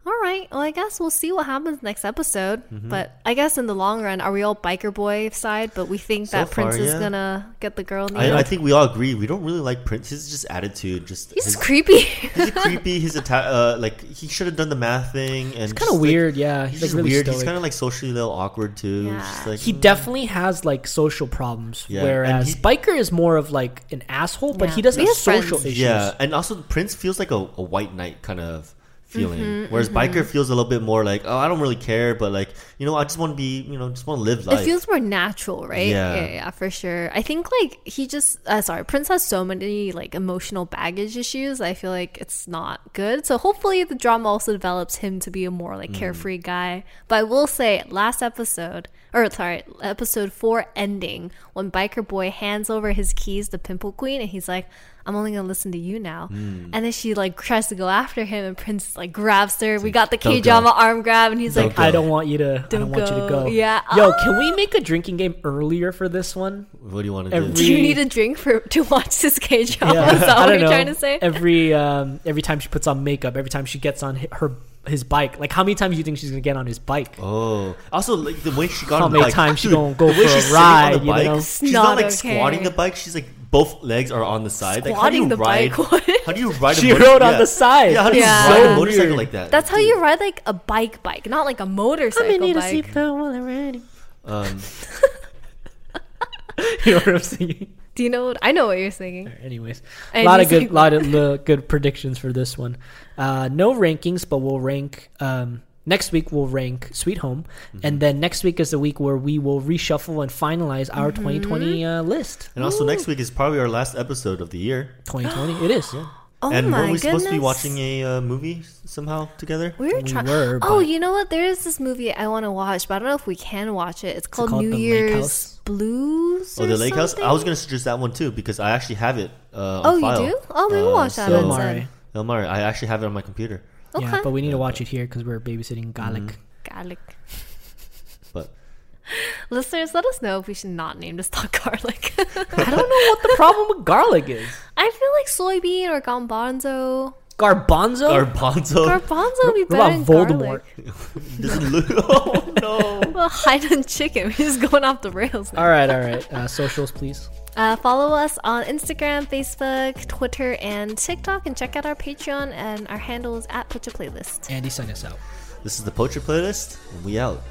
[SPEAKER 2] All right. Well, I guess we'll see what happens next episode.
[SPEAKER 3] Mm-hmm.
[SPEAKER 2] But I guess in the long run, are we all biker boy side? But we think
[SPEAKER 3] So
[SPEAKER 2] that
[SPEAKER 3] far,
[SPEAKER 2] Prince is
[SPEAKER 3] yeah.
[SPEAKER 2] gonna get the girl. in the
[SPEAKER 3] I, I
[SPEAKER 2] end.
[SPEAKER 3] think we all agree we don't really like Prince. His just attitude, just
[SPEAKER 2] He's
[SPEAKER 3] his,
[SPEAKER 2] creepy.
[SPEAKER 3] he's creepy. His atta- uh, like he should have done the math thing, and it's
[SPEAKER 4] Kind of weird, yeah.
[SPEAKER 3] he's
[SPEAKER 4] He's like
[SPEAKER 3] just
[SPEAKER 4] really
[SPEAKER 3] weird.
[SPEAKER 4] stoic.
[SPEAKER 3] He's kind of like socially a little awkward too.
[SPEAKER 2] Yeah.
[SPEAKER 3] Just like, Mm.
[SPEAKER 4] He definitely has like social problems,
[SPEAKER 3] Yeah, and
[SPEAKER 4] whereas
[SPEAKER 3] he-
[SPEAKER 4] Biker is more of like an asshole, but
[SPEAKER 2] Yeah.
[SPEAKER 4] he doesn't
[SPEAKER 2] He
[SPEAKER 4] have
[SPEAKER 2] has friends.
[SPEAKER 4] social issues.
[SPEAKER 3] Yeah, and also the Prince feels like a, a white knight kind of feeling,
[SPEAKER 4] Mm-hmm,
[SPEAKER 3] whereas Biker feels a little bit more like, oh, I don't really care, but like you know, I just want to be, you know, just want to live life.
[SPEAKER 2] It feels more natural, right?
[SPEAKER 3] Yeah.
[SPEAKER 2] yeah, yeah, for sure. I think like he just uh, sorry, Prince has so many like emotional baggage issues. I feel like it's not good. So hopefully the drama also develops him to be a more
[SPEAKER 3] Mm.
[SPEAKER 2] like carefree guy. But I will say, last episode or sorry, episode four ending when Biker Boy hands over his keys to Pimple Queen and he's like. I'm only gonna listen to you now,
[SPEAKER 3] Mm.
[SPEAKER 2] and then she like tries to go after him, and Prince like grabs her. We got the
[SPEAKER 3] "Don't go."
[SPEAKER 2] K drama arm grab, and he's
[SPEAKER 4] Like
[SPEAKER 2] like,
[SPEAKER 3] go.
[SPEAKER 4] I don't want you to. I
[SPEAKER 2] Don't
[SPEAKER 4] don't want you to
[SPEAKER 2] go.
[SPEAKER 4] go.
[SPEAKER 2] Yeah.
[SPEAKER 4] Yo, can we make a drinking game earlier for this one?
[SPEAKER 3] what do you want to
[SPEAKER 4] Every-
[SPEAKER 3] do?
[SPEAKER 2] Do you
[SPEAKER 4] Really-
[SPEAKER 2] need a drink for to watch this K drama? Is that
[SPEAKER 4] I
[SPEAKER 2] what
[SPEAKER 4] don't
[SPEAKER 2] you're
[SPEAKER 4] know.
[SPEAKER 2] trying to say?
[SPEAKER 4] Every um, every time she puts on makeup, every time she gets on hi- her his bike, like how many times do you think she's gonna get on his bike?
[SPEAKER 3] Oh, also like the way she got
[SPEAKER 4] How
[SPEAKER 3] on the
[SPEAKER 4] many
[SPEAKER 3] bike,
[SPEAKER 4] times she
[SPEAKER 3] dude,
[SPEAKER 4] gonna go
[SPEAKER 3] the way
[SPEAKER 4] for a
[SPEAKER 3] she's sitting
[SPEAKER 4] ride,
[SPEAKER 3] on
[SPEAKER 4] you
[SPEAKER 3] the bike,
[SPEAKER 4] know?
[SPEAKER 3] she's not,
[SPEAKER 2] Not
[SPEAKER 3] like
[SPEAKER 2] okay.
[SPEAKER 3] squatting the bike. She's like both legs are on the side. Like, how do
[SPEAKER 2] Squatting
[SPEAKER 3] you
[SPEAKER 2] the
[SPEAKER 3] ride?
[SPEAKER 2] bike, what?
[SPEAKER 3] How do you ride?
[SPEAKER 4] She
[SPEAKER 3] a motor-
[SPEAKER 4] rode on
[SPEAKER 3] yeah.
[SPEAKER 4] the side.
[SPEAKER 3] Yeah, how do you
[SPEAKER 2] Yeah.
[SPEAKER 3] ride a
[SPEAKER 2] So
[SPEAKER 3] motorcycle
[SPEAKER 4] weird.
[SPEAKER 3] like that?
[SPEAKER 2] That's how
[SPEAKER 3] Dude.
[SPEAKER 2] you ride like a bike bike, not like a motorcycle bike.
[SPEAKER 4] already.
[SPEAKER 3] Um,
[SPEAKER 4] you know what I'm saying?
[SPEAKER 2] Do you know what I know what you're singing?
[SPEAKER 4] Anyways,
[SPEAKER 2] I
[SPEAKER 4] a lot of
[SPEAKER 2] just-
[SPEAKER 4] good, lot of uh, good predictions for this one. Uh, no rankings, but we'll rank um, next week. We'll rank Sweet Home, and then next week is the week where we will reshuffle and finalize our
[SPEAKER 2] Mm-hmm.
[SPEAKER 4] 2020 uh, list.
[SPEAKER 3] and also next week is probably our last episode of the year.
[SPEAKER 4] 2020, it is.
[SPEAKER 2] Oh
[SPEAKER 3] and
[SPEAKER 2] my
[SPEAKER 3] were we supposed to be
[SPEAKER 2] goodness.
[SPEAKER 3] watching a uh, movie somehow together?
[SPEAKER 2] We were
[SPEAKER 4] We
[SPEAKER 2] trying.
[SPEAKER 4] were,
[SPEAKER 2] oh,
[SPEAKER 4] but-
[SPEAKER 2] you know what? There is this movie I want to watch, but I don't know if we can watch it. It's called,
[SPEAKER 4] called
[SPEAKER 2] New
[SPEAKER 4] The Lake
[SPEAKER 2] Year's
[SPEAKER 4] House?
[SPEAKER 2] Blues.
[SPEAKER 3] Oh,
[SPEAKER 2] or
[SPEAKER 3] the Lake House. I
[SPEAKER 2] something?
[SPEAKER 3] was gonna suggest that one too because I actually have it. Uh, on
[SPEAKER 2] Oh, you
[SPEAKER 3] file.
[SPEAKER 2] do? Oh, maybe we'll watch that
[SPEAKER 4] Bill
[SPEAKER 2] Bill
[SPEAKER 3] so-
[SPEAKER 2] Murray.
[SPEAKER 4] Murray.
[SPEAKER 3] Elmar, I actually have it on my computer.
[SPEAKER 4] Yeah,
[SPEAKER 2] Okay.
[SPEAKER 4] but we need to watch it here because we're babysitting Galak.
[SPEAKER 2] garlic.
[SPEAKER 3] But
[SPEAKER 2] Listeners, let us know if we should not name this dog garlic.
[SPEAKER 4] I don't know what the problem with garlic is.
[SPEAKER 2] I feel like soybean or garbanzo.
[SPEAKER 4] Garbanzo.
[SPEAKER 2] Oh.
[SPEAKER 3] Garbanzo
[SPEAKER 2] Garbanzo would be
[SPEAKER 4] What
[SPEAKER 2] better than
[SPEAKER 4] about Voldemort?
[SPEAKER 2] garlic.
[SPEAKER 3] doesn't look. Oh no.
[SPEAKER 2] Well, hide and chicken. We're just going off the rails. Now.
[SPEAKER 4] all right, all right. Uh, socials, please.
[SPEAKER 2] Uh, follow us on Instagram, Facebook, Twitter, and TikTok, and check out our Patreon. And our handle is at Put Your Playlist.
[SPEAKER 4] Andy, sign us out.
[SPEAKER 3] This is the Poacher Playlist, and we out.